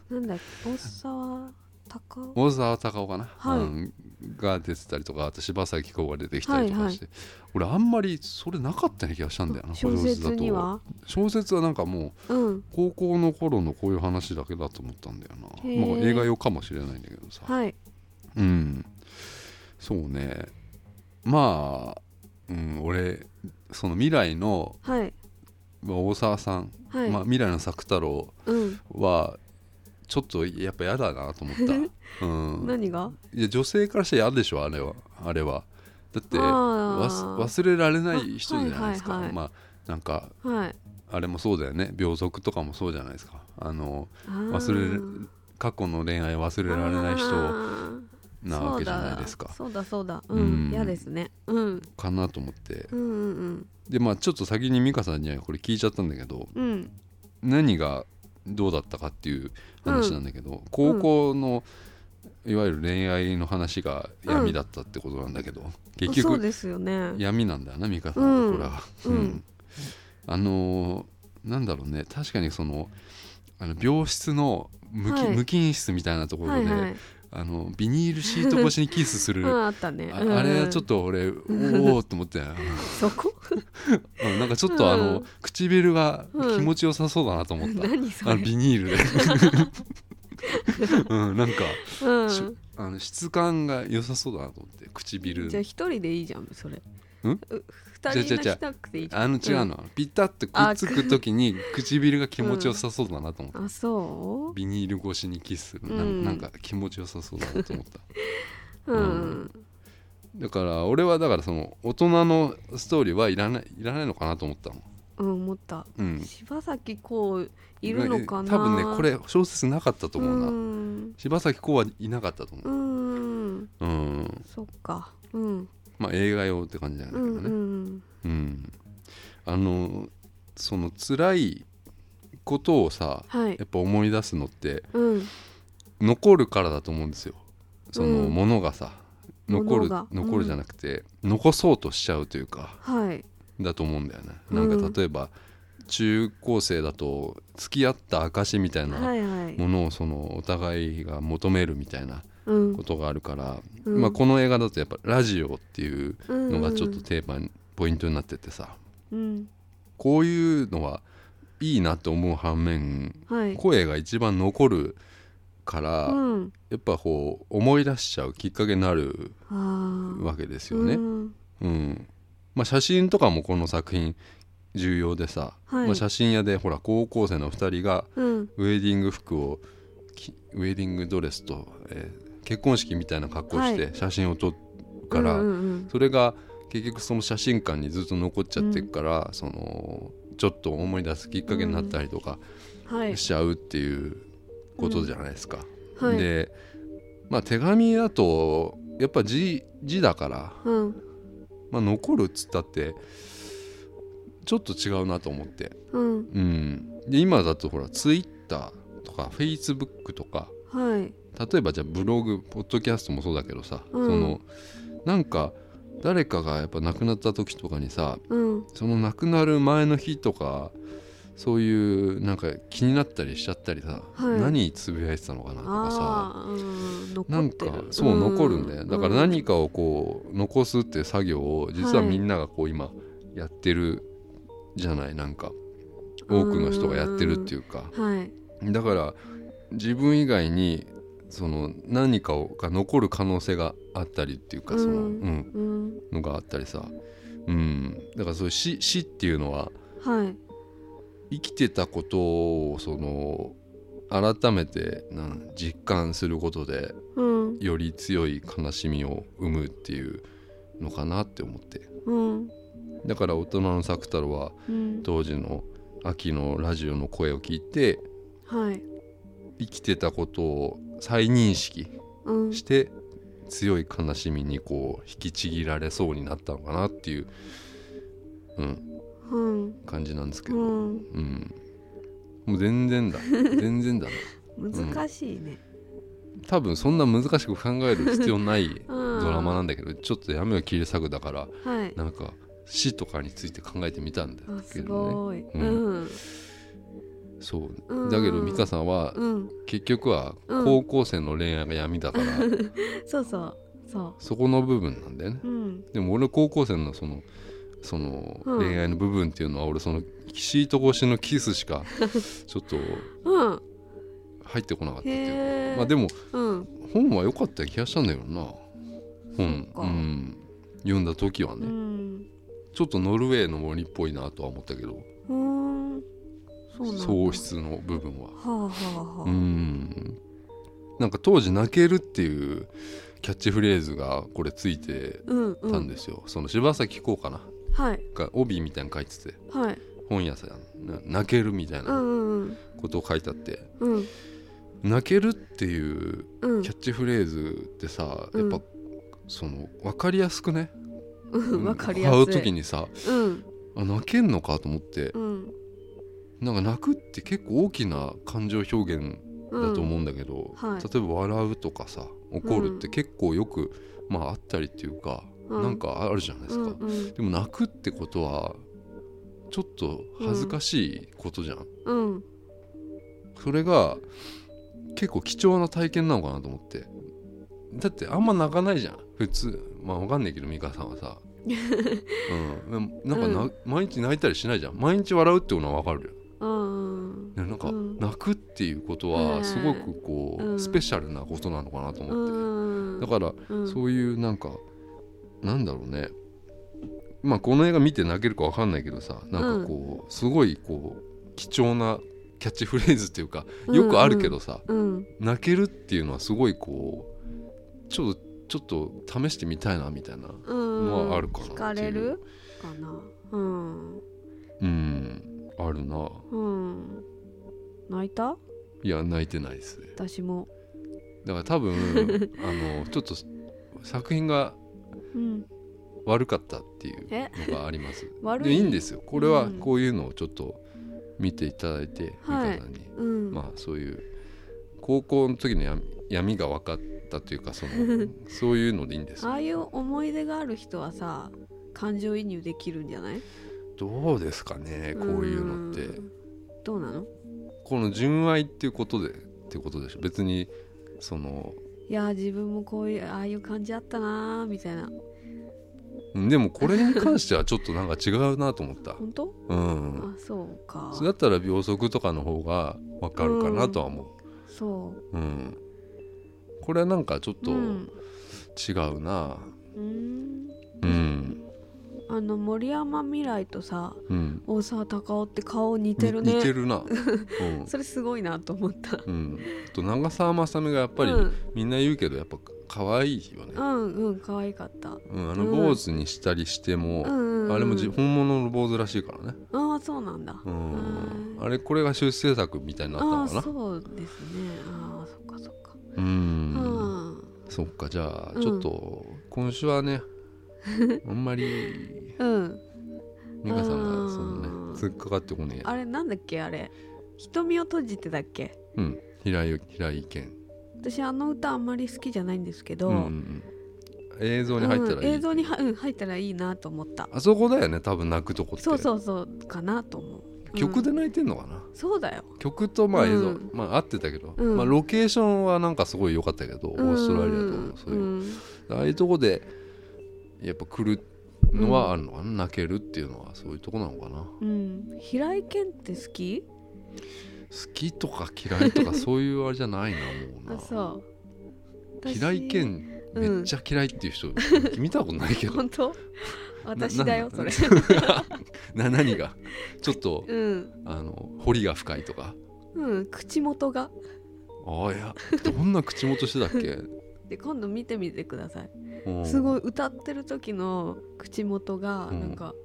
A: なんだっけ大沢たかお
B: 大沢たかおかな、
A: はい
B: うんが出てたりとかあと柴咲コウが出てきたりとかして、俺あんまりそれなかったような気がしたんだよな
A: 小説には
B: 小説はなんかもう
A: うん
B: 高校の頃のこういう話だけだと思ったんだよな、
A: へー
B: まあ、映画用かもしれないんだけどさ、
A: はい
B: うんそうねまあうん、俺その未来の
A: はい
B: まあ大沢さん、
A: はい、
B: まあ、未来の作太郎
A: うん
B: はちょっとやっぱ嫌だなと 思った、うん、
A: 何が
B: いや女性からしたら嫌でしょあれはあれはだって
A: あー
B: 忘忘れられない人じゃないですか、
A: あはいはいはい
B: まあなんか
A: はい
B: あれもそうだよね秒速とかもそうじゃないですかあの
A: 忘
B: 忘れ過去の恋愛忘れられない人なわけじゃないですか
A: そうだそうだそうだう
B: う
A: んん嫌ですねうん
B: かなと思って
A: うんうん
B: でまあちょっと先に美香さんにはこれ聞いちゃったんだけど
A: うんうん
B: 何がどうだったかっていう話なんだけど、高校のいわゆる恋愛の話が闇だったってことなんだけど、結
A: そう
B: 局
A: ですよね
B: 闇なんだよな美香さん
A: う
B: は
A: ん
B: これは。
A: うん
B: あのーなんだろうね確かにそのあの病室の無,、
A: はい
B: 無菌室みたいなところ
A: は
B: で、
A: いはい
B: あのビニールシート越しにキス するあ
A: ああったね
B: あ
A: うん
B: れはちょっと俺おおーと思ってう
A: そこ
B: んなんかちょっとあの、
A: うん
B: 唇が
A: うん
B: 気持ちよさそうだなと思った。
A: 何そ
B: あの
A: れ
B: ビニール で、うん、なんか、
A: うん
B: しあの質感が良さそうだなと思って唇
A: じゃあ一人でいいじゃんそれ
B: ん
A: う二人泣きたくていいじゃん
B: あの違うの、ピタッとくっつく 時に唇が気持ちよさそうだなと思って、
A: あそ
B: ビニール越しにキスする、な
A: うん
B: なんか気持ちよさそうだなと思った
A: ううん
B: だから俺はだからその大人のストーリーはいらないいらないのかなと思ったの
A: うん思った
B: うん
A: 柴咲コウいるのかな
B: 多分ねこれ小説なかったと思うな、
A: うん
B: 柴咲コウはいなかったと思
A: う
B: うんうん
A: そっかうん
B: まあ映画用って感じなんだ
A: う
B: けどね、
A: んうん
B: うん、あのその辛いことをさ
A: はい
B: やっぱ思い出すのって
A: うん
B: 残るからだと思うんですよその
A: うん
B: ものがさ、残る
A: 物が
B: 残るじゃなくて、残そうとしちゃうというか
A: はい
B: だと思うんだよね、
A: うん
B: なんか例えば中高生だと付き合った証みたいな
A: はいはい
B: ものをそのお互いが求めるみたいな
A: うん
B: ことがあるから、
A: うん
B: まあ、この映画だとやっぱラジオっていうの
A: の
B: がちょっとテーマにポイントになっててさ、
A: うん
B: こういうのはいいなと思う反面
A: はい
B: 声が一番残るから、
A: うん
B: やっぱこう思い出しちゃうきっかけになる
A: あー
B: わけですよね。
A: う
B: うん
A: ん
B: まあ、写真とかもこの作品重要でさ、
A: はい
B: まあ、写真屋でほら高校生の2人が
A: うん
B: ウェディング服をきウェディングドレスと、えー結婚式みたいな格好をして写真を撮るから、
A: うんうん
B: それが結局その写真館にずっと残っちゃってるから、そのちょっと思い出すきっかけになったりとか
A: うんはい
B: しちゃうっていうことじゃないですか。
A: はい
B: で、まあ、手紙だとやっぱ字字だから、
A: うん
B: まあ、残るっつったってちょっと違うなと思って、
A: うん
B: うん、で今だとほらツイッターとかフェイスブックとか
A: はい
B: 例えばじゃあブログポッドキャストもそうだけどさ、
A: うん
B: そのなんか誰かがやっぱ亡くなった時とかにさ
A: うん
B: その亡くなる前の日とかそういうなんか気になったりしちゃったりさ、
A: はい
B: 何つぶやいてたのかなとかさ
A: ああーうん
B: な
A: 残
B: ん
A: って
B: か
A: る
B: そう
A: うん
B: 残るんだよ、だから何
A: うん
B: かをこう残すっていう作業を実
A: は
B: は
A: い
B: みんながこう今やってるじゃないなんか多くの人がやってるっていうか、
A: はい
B: だから自分以外にその何かをが残る可能性があったりっていうかその、う
A: うん
B: ん、
A: うん
B: のがあったりさ、うん、だからそういう死死っていうのは
A: はい
B: 生きてたことをその改めてなん実感することで
A: うん
B: より強い悲しみを生むっていうのかなって思って
A: うん
B: だから大人の作太郎は
A: うん
B: 当時の秋のラジオの声を聞いて
A: はい
B: 生きてたことを再認識
A: うん
B: して強い悲しみにこう引きちぎられそうになったのかなっていう、うん、
A: うん
B: 感じなんですけ
A: う
B: ど、うん
A: ん
B: もう全然だ全然だな
A: 難しいね
B: 多分そんな難しく考える必要ない
A: ド
B: ドラマなんだけどちょっと闇を切り裂くだから
A: はい
B: なんか死とかについて考えてみたんだ
A: あ
B: け
A: す
B: どね
A: ごい
B: うん
A: うん
B: そう
A: うん
B: だけど美香さんは
A: うん
B: 結局は
A: うん
B: 高校生の恋愛が闇 だから
A: そうそうそ
B: そこの部分なんだよね
A: ううん
B: でも俺高校生のそのその
A: うん
B: 恋愛の部分っていうのは俺そのシート越しのキス しかちょっと
A: うん
B: 入ってこなかったっていう
A: へえ
B: かまあでも
A: うん
B: 本は良かった気がしたんだよな本
A: そっか
B: うん読んだ時は
A: う
B: ね
A: ん
B: ちょっとノルウェーの森っぽいなとは思ったけど
A: うーんそうなんだ
B: 喪失の部分は
A: はあはあはあ、
B: うんなんか当時泣けるっていうキャッチフレーズがこれついて
A: うんう
B: たん
A: ん
B: ですよ、その柴咲コウかな
A: はい
B: が帯みたいに書いてて
A: はい
B: 本屋さんな泣けるみたい
A: うん
B: な
A: うん
B: ことを書いてあって、
A: うんうん
B: 泣けるっていう
A: うん
B: キャッチフレーズってさ、
A: うん
B: やっぱその分かりやすくね
A: うんわかりや
B: 買う
A: すい
B: 時にさ
A: うん
B: あ泣けんのかと思って、
A: うん
B: なんか泣くって結構大きな感情表現
A: うん
B: だと思うんだけど、
A: はい
B: 例えば笑うとかさ怒るって結構よく、まああったりっていうか、
A: うん
B: なんかあるじゃないですか、
A: うんうん
B: でも泣くってことはちょっと恥ずかしいことじゃん、
A: うん
B: それが結構貴重な体験なのかなと思ってだってあんま泣かないじゃん普通まあわかんないけど美香さん はさ、うん、でもなんかな、
A: う
B: 毎日泣いたりしないじゃん毎日笑うってことはわかるよ
A: うん
B: でなんか
A: うん
B: 泣くっていうこと
A: う
B: は
A: ん
B: すごくこう、
A: うん
B: スペシャルなことなのかなと
A: う
B: 思っ
A: ん
B: て、だから
A: ら、うん、
B: そういうなんかなんだろうねまあこの映画見て泣けるかわかんないけどさなんかこう、すごいこう貴重なキャッチフレーズっていうかよくあるけどさ、
A: うん
B: 泣けるっていうのはすごいこうちょっとちょっと試してみたいなみたいな
A: うん
B: のはあるかな
A: 聞かれるかなうん
B: うんあるな
A: うん泣いた
B: いや泣いてないですね
A: 私も
B: だから 多分あのちょっと作品が
A: うん
B: 悪かったっていう
A: え
B: のがあります。
A: 悪
B: で
A: い
B: いいんですよこれは
A: うん
B: こういうのをちょっと見ていただいて、
A: はい
B: 美香さんに、
A: うん、
B: まあそういう高校の時の闇闇が分かったというかその そういうのでいいんです
A: ああいう
B: よ
A: 思い出がある人はさ感情移入できるんじゃない
B: どうですかねこういうのって
A: んどうなの
B: この純愛っていうことでってことでしょ別にその
A: いやー自分もこういうああいう感じあったなーみたいな
B: うんでもこれに関してはちょっとなんか違うなと思った。
A: 本当
B: うん
A: あそうか
B: それだったら秒速とかの方がわかるかなとは思う、
A: そう
B: うんこれはなんかちょっと
A: うん
B: 違うな
A: うーん
B: うん、
A: あの森山未来とさ
B: うん
A: 大沢たかおって顔似てるね
B: 似て るな、うん
A: それすごいなと思った
B: うん、あと長澤まさみがやっぱり
A: うん
B: みんな言うけどやっぱ可愛いよね
A: う、んうん可愛かった
B: うん、あの坊主にしたりしても、
A: うんうんうん
B: あれもじ本物の坊主らしいからね、
A: ああそうなんだ
B: うん、
A: はい
B: あれこれが出世作みたいになった
A: ああ
B: のかな
A: そうですねああそっかそっか
B: う
A: うんん
B: そっかじゃあ
A: うん
B: ちょっと今週は ねあんまり
A: うん
B: 美香さん
A: あ
B: が
A: ー
B: そのね突っかかってこねえ
A: あれなんだっけあれ瞳を閉じてだっけ
B: うん平井平井堅
A: 私あの歌あんまり好きじゃないんですけど、
B: うんうんうん映像に入ったら
A: う
B: い
A: ん
B: い、
A: 映像には、うん、入ったらいいなと思った
B: あそこだよね多分泣くとこって
A: そうそうそうかなと思う、うん
B: 曲で泣いてんのかな、
A: そうだよ
B: 曲とまあ映像、
A: うん
B: まあ合ってたけど、
A: うん
B: まあ、ロケーションはなんかすごい良かったけど、オーストラリアとかそういう、ああいうとこでやっぱ来るのはあるのかな、泣けるっていうのはそういうとこなのかな
A: うん、うん、平井堅って好き
B: 好きとか嫌いとかそういうあれじゃないなもう
A: あ
B: な
A: そう私
B: 嫌い兼
A: う
B: め
A: ん
B: っちゃ嫌いっていう人、見たことないけど
A: 本当私だよそ
B: な
A: れ
B: な な何 がちょっと
A: うん
B: あの彫りが深いとか
A: うん口元が
B: ああいやどんな口元してたっけ、
A: で今度見てみてください
B: うん
A: すごい歌ってる時の口元が
B: うん
A: なんか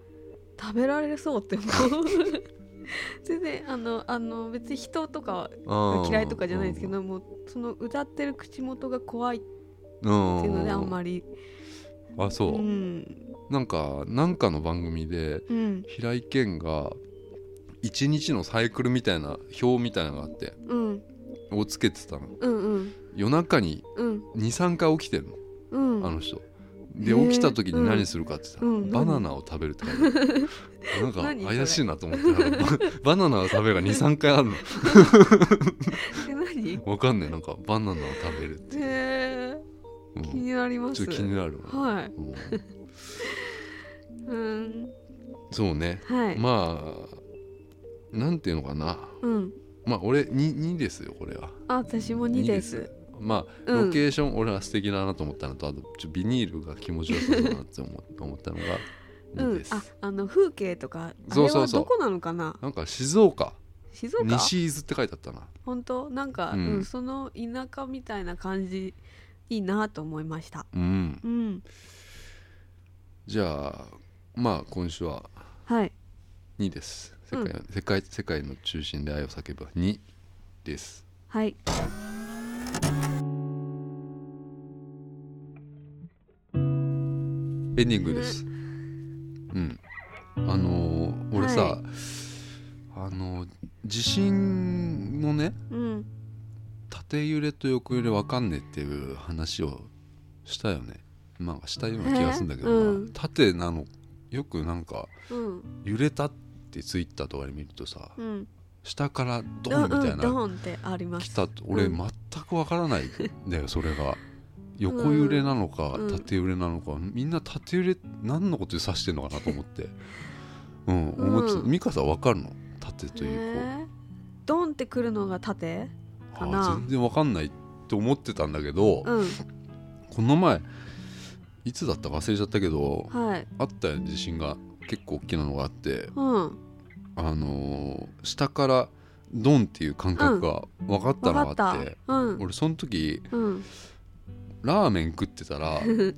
A: 食べられそうって思 う全然あのあの別に人とか
B: あー
A: 嫌いとかじゃないですけどもうその歌ってる口元が怖いって
B: うん
A: いうのであんまり
B: あそう、
A: うん
B: なんかなんかの番組で
A: うん
B: 平井堅が一日のサイクルみたいな表みたいなのがあって
A: うん
B: をつけてたの
A: うんうん
B: 夜中に
A: うん
B: 23回起きてるの
A: うん
B: あの人で
A: へー
B: 起きた時に何するかって言ったら、
A: うんうん
B: バナナを食べるって書 いてあるなんか
A: 何それ
B: 怪しいなと思ってなんか ババナナを食べるが23回あるの
A: え何へ
B: わかんないなんかバナナを食べるっていう、
A: え
B: うん
A: 気になります
B: ちょっと気になるわ、
A: はい
B: うん
A: うん
B: そうね
A: はい
B: まあなんていうのかな
A: うん
B: まあ俺 2, 2ですよこれは
A: あ私も2で
B: 二
A: す
B: まあ
A: うん
B: ロケー ション、俺は素敵だなと思ったのとあとちょっとビニールが気持ちよさそうだなって思思ったのが
A: うん
B: です、
A: ああの風景とかあれ
B: そうそ
A: は
B: うそう
A: どこなのかな
B: なんか静岡
A: 静岡
B: 西伊豆って書いてあったな
A: 本当なんか、
B: うん
A: うんその田舎みたいな感じいいなと思いました
B: うん
A: うん
B: じゃあまあ今週は
A: はい
B: 2です世
A: うん
B: 界,、世界世界の中心で愛を叫ぶ2です
A: はい
B: エンディングですうんあのー俺さ、
A: はい
B: あのー地震のね
A: うん
B: 縦揺れと横揺れわかんねえっていう話をしたよねまあしたような気がするんだけどな、
A: えうん
B: 縦なのよくなんか
A: うん
B: 揺れたってツイッターとかで見るとさ
A: うん
B: 下からドンみたい
A: うん
B: な
A: ドーンってあります
B: 来たと俺
A: うん
B: 全くわからないん だよそれが横揺れなのか
A: うん
B: 縦揺れなのかみんな縦揺れ何のこと指してんのかなと思って うん
A: うん
B: 思ってた美香さんわかるの縦と横、
A: ねえドンってくるのが縦
B: あ
A: かな
B: ー全然わかんないって思ってたんだけど、
A: うん
B: この前いつだったか忘れちゃったけど
A: はい
B: あったよ地震が結構大きなのがあって
A: うん
B: あのー下からドンっていう感覚が分かっ
A: わか
B: たの
A: っ
B: があ
A: た
B: って、
A: うん
B: 俺その時
A: うん
B: ラーメン食ってた ら
A: うん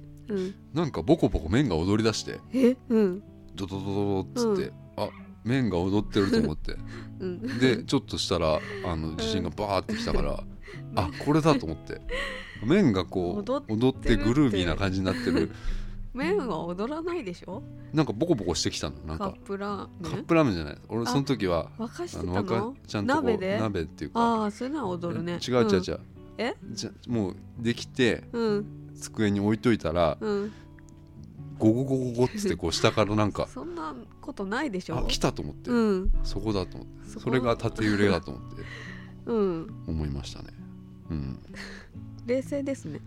B: なんかボコボコ麺が踊り出して
A: えうん
B: ドドドドドっつって、あ麺が踊ってると思って
A: うん
B: でちょっとしたらあの地震がバーってきた から、あこれだと思って麺がこう
A: 踊ってる
B: 踊ってグルービーな感じになってる
A: 麺は踊らないでしょ
B: なんかボコボコしてきたのなん
A: カ
B: か
A: ップラー
B: カ
A: メ
B: ッ
A: ン
B: プラーメンじゃない俺その時は
A: 沸かして
B: あ
A: たの
B: 若ちゃんとこう
A: 鍋で
B: 鍋っていうか
A: ああそういうのは踊るね
B: 違う違う違う、
A: え
B: じゃもうできて
A: うん
B: 机に置いといたら
A: うん
B: ゴゴゴゴゴっつってこう下からな んか
A: そんなことないでしょ
B: あ来たと思って、
A: うん
B: そこだと思って
A: そこ
B: それが縦揺れだと思って
A: うん
B: 思いましたねうん
A: 冷静ですね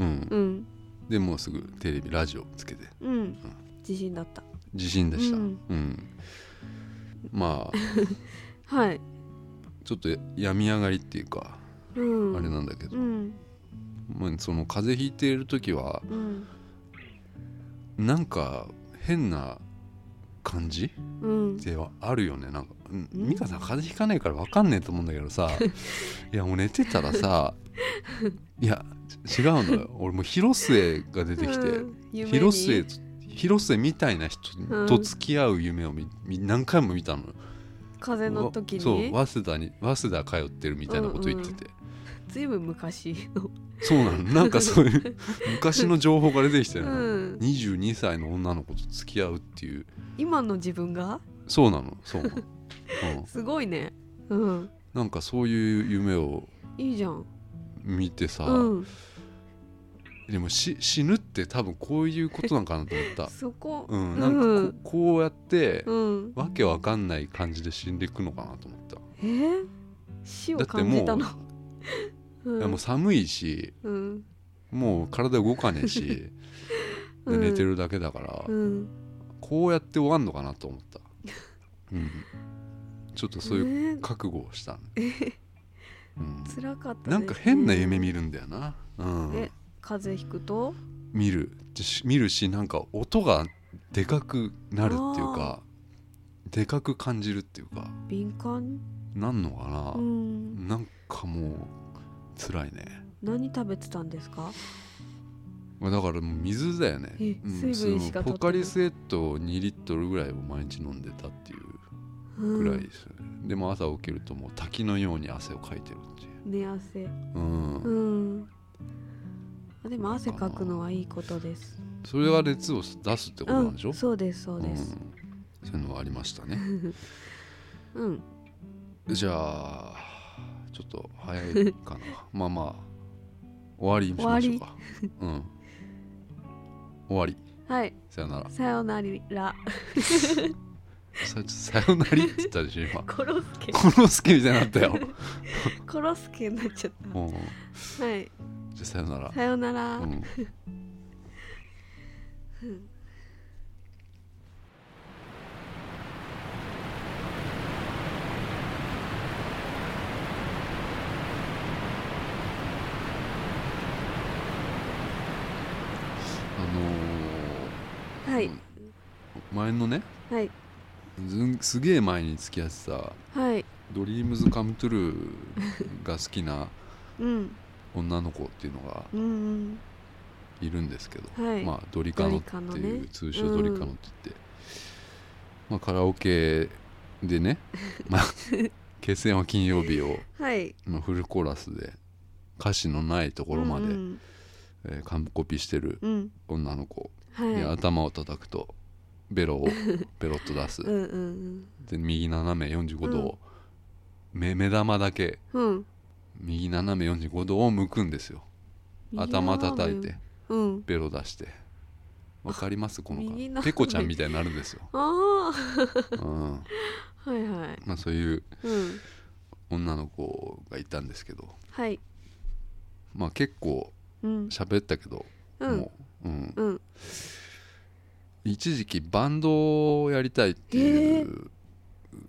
B: うん
A: うん
B: でもうすぐテレビラジオつけて
A: うん自信だった
B: 地震でしたう
A: うんん、
B: まあ
A: はい
B: ちょっと病み上がりっていうか
A: うん
B: あれなんだけど、
A: うん
B: まあ、その風邪ひいている時は
A: うん
B: なんか変な感じ
A: うん
B: ではあるよねなんかうん
A: うん
B: 美香さん風邪ひかないから分かんねえと思うんだけ どさいやもう寝てたらさいやち違うのよ俺もう広末が出てきて、
A: うん夢に
B: 広末と広末みたいな人
A: うん
B: と付き合う夢をみみ何回も見たのよ
A: 風の時
B: そう
A: に
B: 早稲田に早稲田通ってるみたいなこと言ってて、
A: ずいぶん昔の
B: そうなのなんかそういう 昔の情報が出てきて
A: う
B: るの、
A: ん
B: 22歳の女の子と付き合うっていう
A: 今の自分が
B: そうなのそうなの、うん、
A: すごいねうん
B: なんかそういう夢を
A: いいじゃん
B: 見てさ、
A: うん
B: でもし死ぬって多分こういうことなんかなと思った
A: そこ
B: うんなんかこ,、うこうやって、
A: うん
B: わけわかんない感じで死んでいくのかなと思った、
A: えー死を
B: だって
A: 感
B: もう
A: じたの
B: いやもう寒いし
A: うん
B: もう体動かねえ し、
A: うん
B: で寝てるだけだから、
A: うん
B: こうやって終わんのかなと 思った、うん、ちょっとそういう
A: いう
B: 覚悟をした、ねうん、
A: 辛かった
B: なんか変な夢
A: 見
B: 見るんだよな、うん
A: え、風邪ひくと
B: 見るし見るしなんか音がでかくなるっていうかでかく感じるっていうか
A: 敏感
B: なんのかな
A: う、ん
B: なんかもう辛いね
A: 何食べてたんですか
B: まあだからもう水だよね、
A: え
B: うん、
A: 水分しか取っ
B: その
A: てない
B: ポカリスエットを2リットルぐらいを毎日飲んでたっていう
A: ぐ
B: ぐらいですよね、でも朝起きるともう滝のように汗をかいてるっていう
A: 寝汗
B: うん、
A: うんあでも汗かくのはいいことです
B: それが熱を出すってことなんでしょ、
A: うんそうですそうで
B: ん
A: す
B: そういうのはありましたね
A: うん
B: じゃあちょっと早いかな まあまあ終わりにしましょうかうん終わり
A: はい
B: さよなら
A: さよなら
B: ささよなりって言ったでし ょ今
A: コロスケ
B: コロスケみたいになっ たよ、
A: コロスケになっちゃっ
B: うん、
A: たはい
B: じゃあさよなら
A: さよなら、
B: うんあのー
A: はい
B: うん前のね
A: はい
B: ずんすげえ前に付き合ってた
A: はい
B: 「ドリームズカムトゥルーが好きな
A: うん
B: 女の子っていうのが
A: うんうん
B: いるんですけど、
A: はい
B: まあ、ドリカノっ
A: ド
B: て
A: リカ
B: い
A: ノ
B: う、
A: ね
B: 通称ドリカノって言って、まあ、カラオケでね 「まあ、決戦は金曜日を」
A: はい
B: まあフルコーラスで歌詞のないところまで、
A: うん
B: えー完コピしてる
A: うん、うん
B: 女の子
A: はい
B: に頭を叩くと ベロをベロッと出す、
A: うんうん
B: で右斜め45度を、目目玉だけ
A: うんうん
B: 右斜め45度を向くんですよ頭叩いて
A: うん
B: ベロ出してわかりますこの
A: 右斜
B: 感じ
A: め
B: ペコちゃんみたいになるんですよ、
A: あ
B: うん
A: あ はいはい
B: まあ、そういう
A: うん
B: 女の子がいたんですけど、
A: はい
B: まあ、結構
A: うん
B: 喋ったけど、
A: うん
B: もう、うん、
A: うん
B: 一時期バンドをやりたいっていう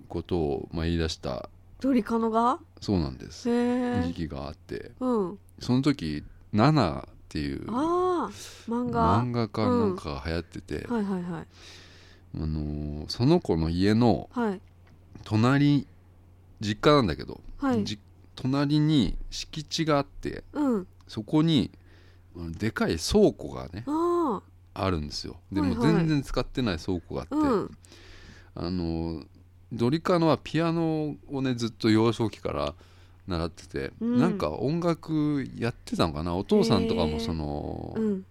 B: ことをまあ言い出した
A: ドリカノが
B: そうなんです
A: へえ
B: 時期があって
A: うん
B: その時「ナナ」っていう
A: ああ漫画
B: 漫画家なんかが流行ってて、
A: はいはいはい
B: あのーその子の家の
A: はい
B: 隣実家なんだけど、
A: はい
B: じ隣に敷地があって
A: うん
B: そこにあのでかい倉庫がね
A: ああ
B: あるんですよで
A: はい
B: も
A: はい
B: 全然使ってない倉庫があって、
A: うん
B: あのドリカノはピアノをねずっと幼少期から習ってて、
A: うん
B: なんか音楽やってたのかなお父さんとか
A: へ
B: も
A: ー
B: その、
A: うん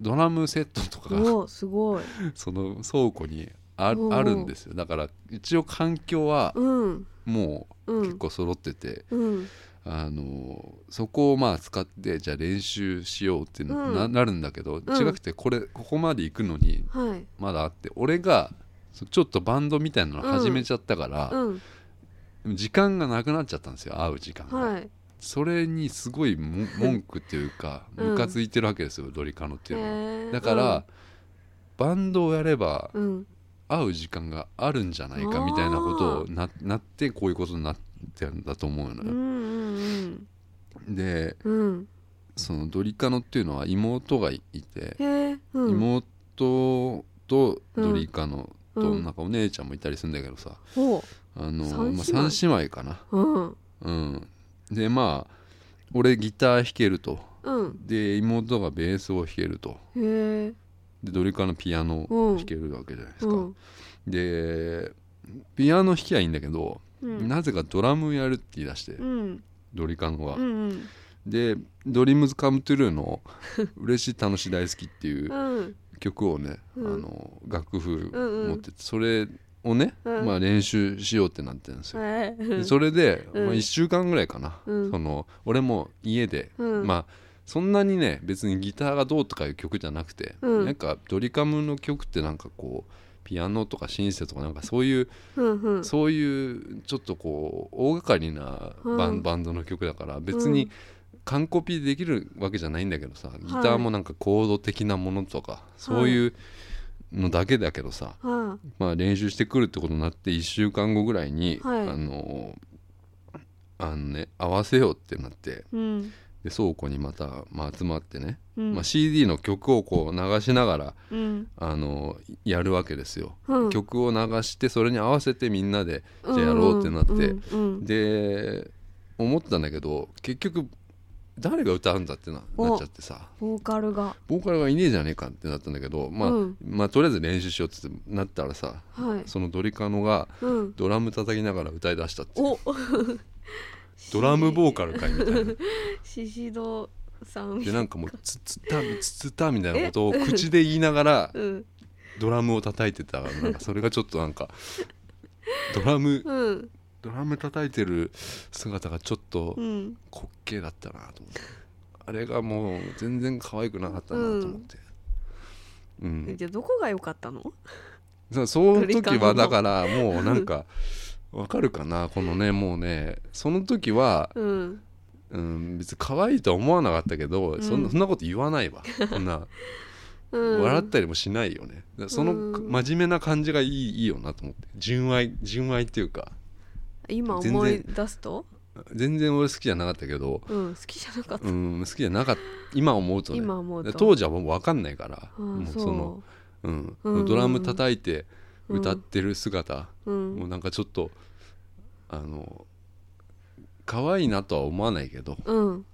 B: ドラムセットとかが
A: おおすごい
B: その倉庫にあ
A: おう
B: あるんですよだから一応環境は
A: うん
B: も
A: う
B: う結
A: ん
B: 構揃ってて、
A: うん
B: あのそこをまあ使ってじゃあ練習しようってな,、
A: うん
B: なるんだけど
A: うん
B: 違くてこれここまで行くのに
A: はい
B: まだあって俺がそちょっとバンドみたいなの始めちゃったから、
A: うん
B: 時間がなくなっちゃったんですよ会う時間が、
A: はい
B: それにすごいも文句っていうか
A: うん
B: ムカついてるわけですよ、ドリカノっていうのは
A: へえ
B: だから、バンドをやれば
A: うんうん
B: 会う時間があるんじゃないかみたいなことをななってこういうことになってんだと思うの
A: うんう
B: よ、
A: ん
B: で
A: うんうん
B: そのドリカノっていうのは妹がいて、
A: へえうん
B: 妹とドリカノと
A: うん
B: なんかお姉ちゃんもいたりするんだけどさ、
A: ほ
B: あの
A: 三姉妹
B: まあ、三姉妹かな
A: ううん
B: うん、でまあ俺ギター弾けると
A: うん
B: で妹がベースを弾けると
A: へえ
B: でドリカのピアノ
A: うん
B: を弾けるわけじゃないです
A: う
B: か、
A: ん
B: でピアノ弾きゃいいんだけど、
A: うん
B: なぜかドラムやるって言い出して、
A: うん
B: ドリカノは、
A: うんうん
B: で「ドリームズカムトゥルーの「嬉しい楽しい大好き」っていう
A: うん
B: 曲をね、
A: うん
B: あの楽譜
A: うんうん
B: 持っててそれをね、
A: うん
B: まあ、練習しようってなってるんですよ、
A: はい
B: でそれで、
A: うん
B: まあ、1週間ぐらいかな、
A: うん
B: その俺も家で、
A: うん
B: まあそんなにね別にギターがどうとかいう曲じゃなくて、
A: うん
B: なんかドリカムの曲ってなんかこうピアノとかシンセとかなんかそういう、
A: うんうん
B: そういうちょっとこう大掛かりなバ
A: う
B: ン,、
A: ん
B: バンドの曲だから別に完コピできるわけじゃないんだけどさギターもなんかコード的なものとか、そういうのだけだけどさ、
A: は
B: まあ、練習してくるってことになって1週間後ぐらいに、
A: はい
B: あのあのね合わせようってなって
A: いうん
B: で倉庫にまた、まあ、集まってね、
A: うん
B: まあ、CD の曲をこう流しながら
A: うん
B: あのやるわけですよ、
A: うん
B: 曲を流してそれに合わせてみんなでじゃあやろうってなって、
A: うん
B: で思ったんだけど結局誰が歌うんだってな
A: お
B: なっちゃってさ
A: ボーカルが
B: ボーカルがいねえじゃねえかってなったんだけど、まあ
A: うん
B: まあ、とりあえず練習しようってなったらさ
A: はい
B: そのドリカノが
A: うん
B: ドラム叩きながら歌い出したっていう
A: お
B: ドラムボーカルかいみたいな
A: シシドさん
B: でなんかもう「つつたつつた」みたいなことを口で言いながら
A: うん
B: ドラムを叩いてたなんかそれがちょっとなんかドラム
A: うん
B: ドラム叩いてる姿がちょっと
A: うん
B: 滑稽だったなと思ってあれがもう全然可愛くなかったなと思って。うん
A: じゃあどこが良かったの
B: そうその
A: ドリカ
B: 時
A: ノ
B: は
A: の
B: だからもうなんかわかるかなこのねもうねその時は、
A: うん
B: うん、別に可愛いとは思わなかったけど、
A: ん
B: そんなそんなこと言わないわそんな、
A: うん
B: 笑ったりもしないよねだからその
A: うん
B: 真面目な感じがいいいいよなと思って純愛純愛っていうか
A: 今思い出すと
B: 全然俺好きじゃなかったけど、
A: うん好きじゃなかった
B: うん、好きじゃなかった今思うとね
A: 今思うと
B: だから当時はもう分かんないから
A: あー
B: もう
A: そ
B: その
A: う
B: うん
A: うん
B: ドラム叩いて歌ってる姿、
A: うん
B: もうなんかちょっとあの可愛いなとは思わないけど
A: うん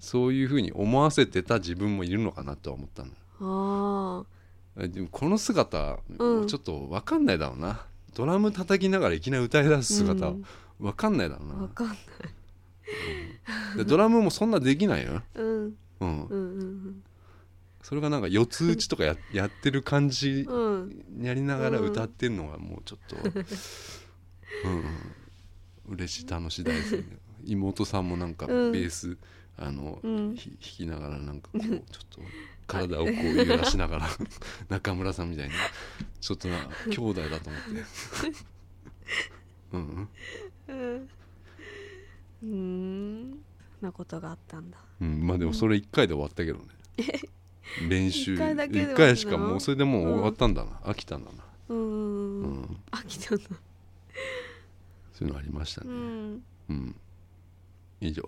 B: そういうふうに思わせてた自分もいるのかなとは思ったの
A: あ
B: えでもこの姿、
A: うん
B: ちょっと分かんないだろうなドラム叩きながらいきなり歌い出す姿、
A: うん
B: 分かんないだろう
A: あ
B: な
A: わかんない
B: でドラムもそんなできないよ、
A: うん
B: うん
A: うんうん
B: それがなんか四つ打ちとかややってる感じ
A: うんうん
B: やりながら歌ってるのがもうちょっと、 うんうん、嬉しい楽しい大好きな妹さんもなんかベ
A: うん
B: ース、あの、
A: うん
B: ひ弾きながらなんかこうちょっと体をこう揺らしな がら中村さんみたいにちょっとな兄弟だと思って うん
A: う
B: うん
A: んうーんそんなことがあったんだ
B: うん、まあでもそれ1回で終わったけどね練習
A: 一回だけで終わ
B: 一
A: ったの
B: 回しかもうそれでもう終わったんだな、飽きたんだな、
A: うんうん
B: う
A: うんん飽きたな
B: そういうのありました
A: う
B: ね
A: ん
B: うん以上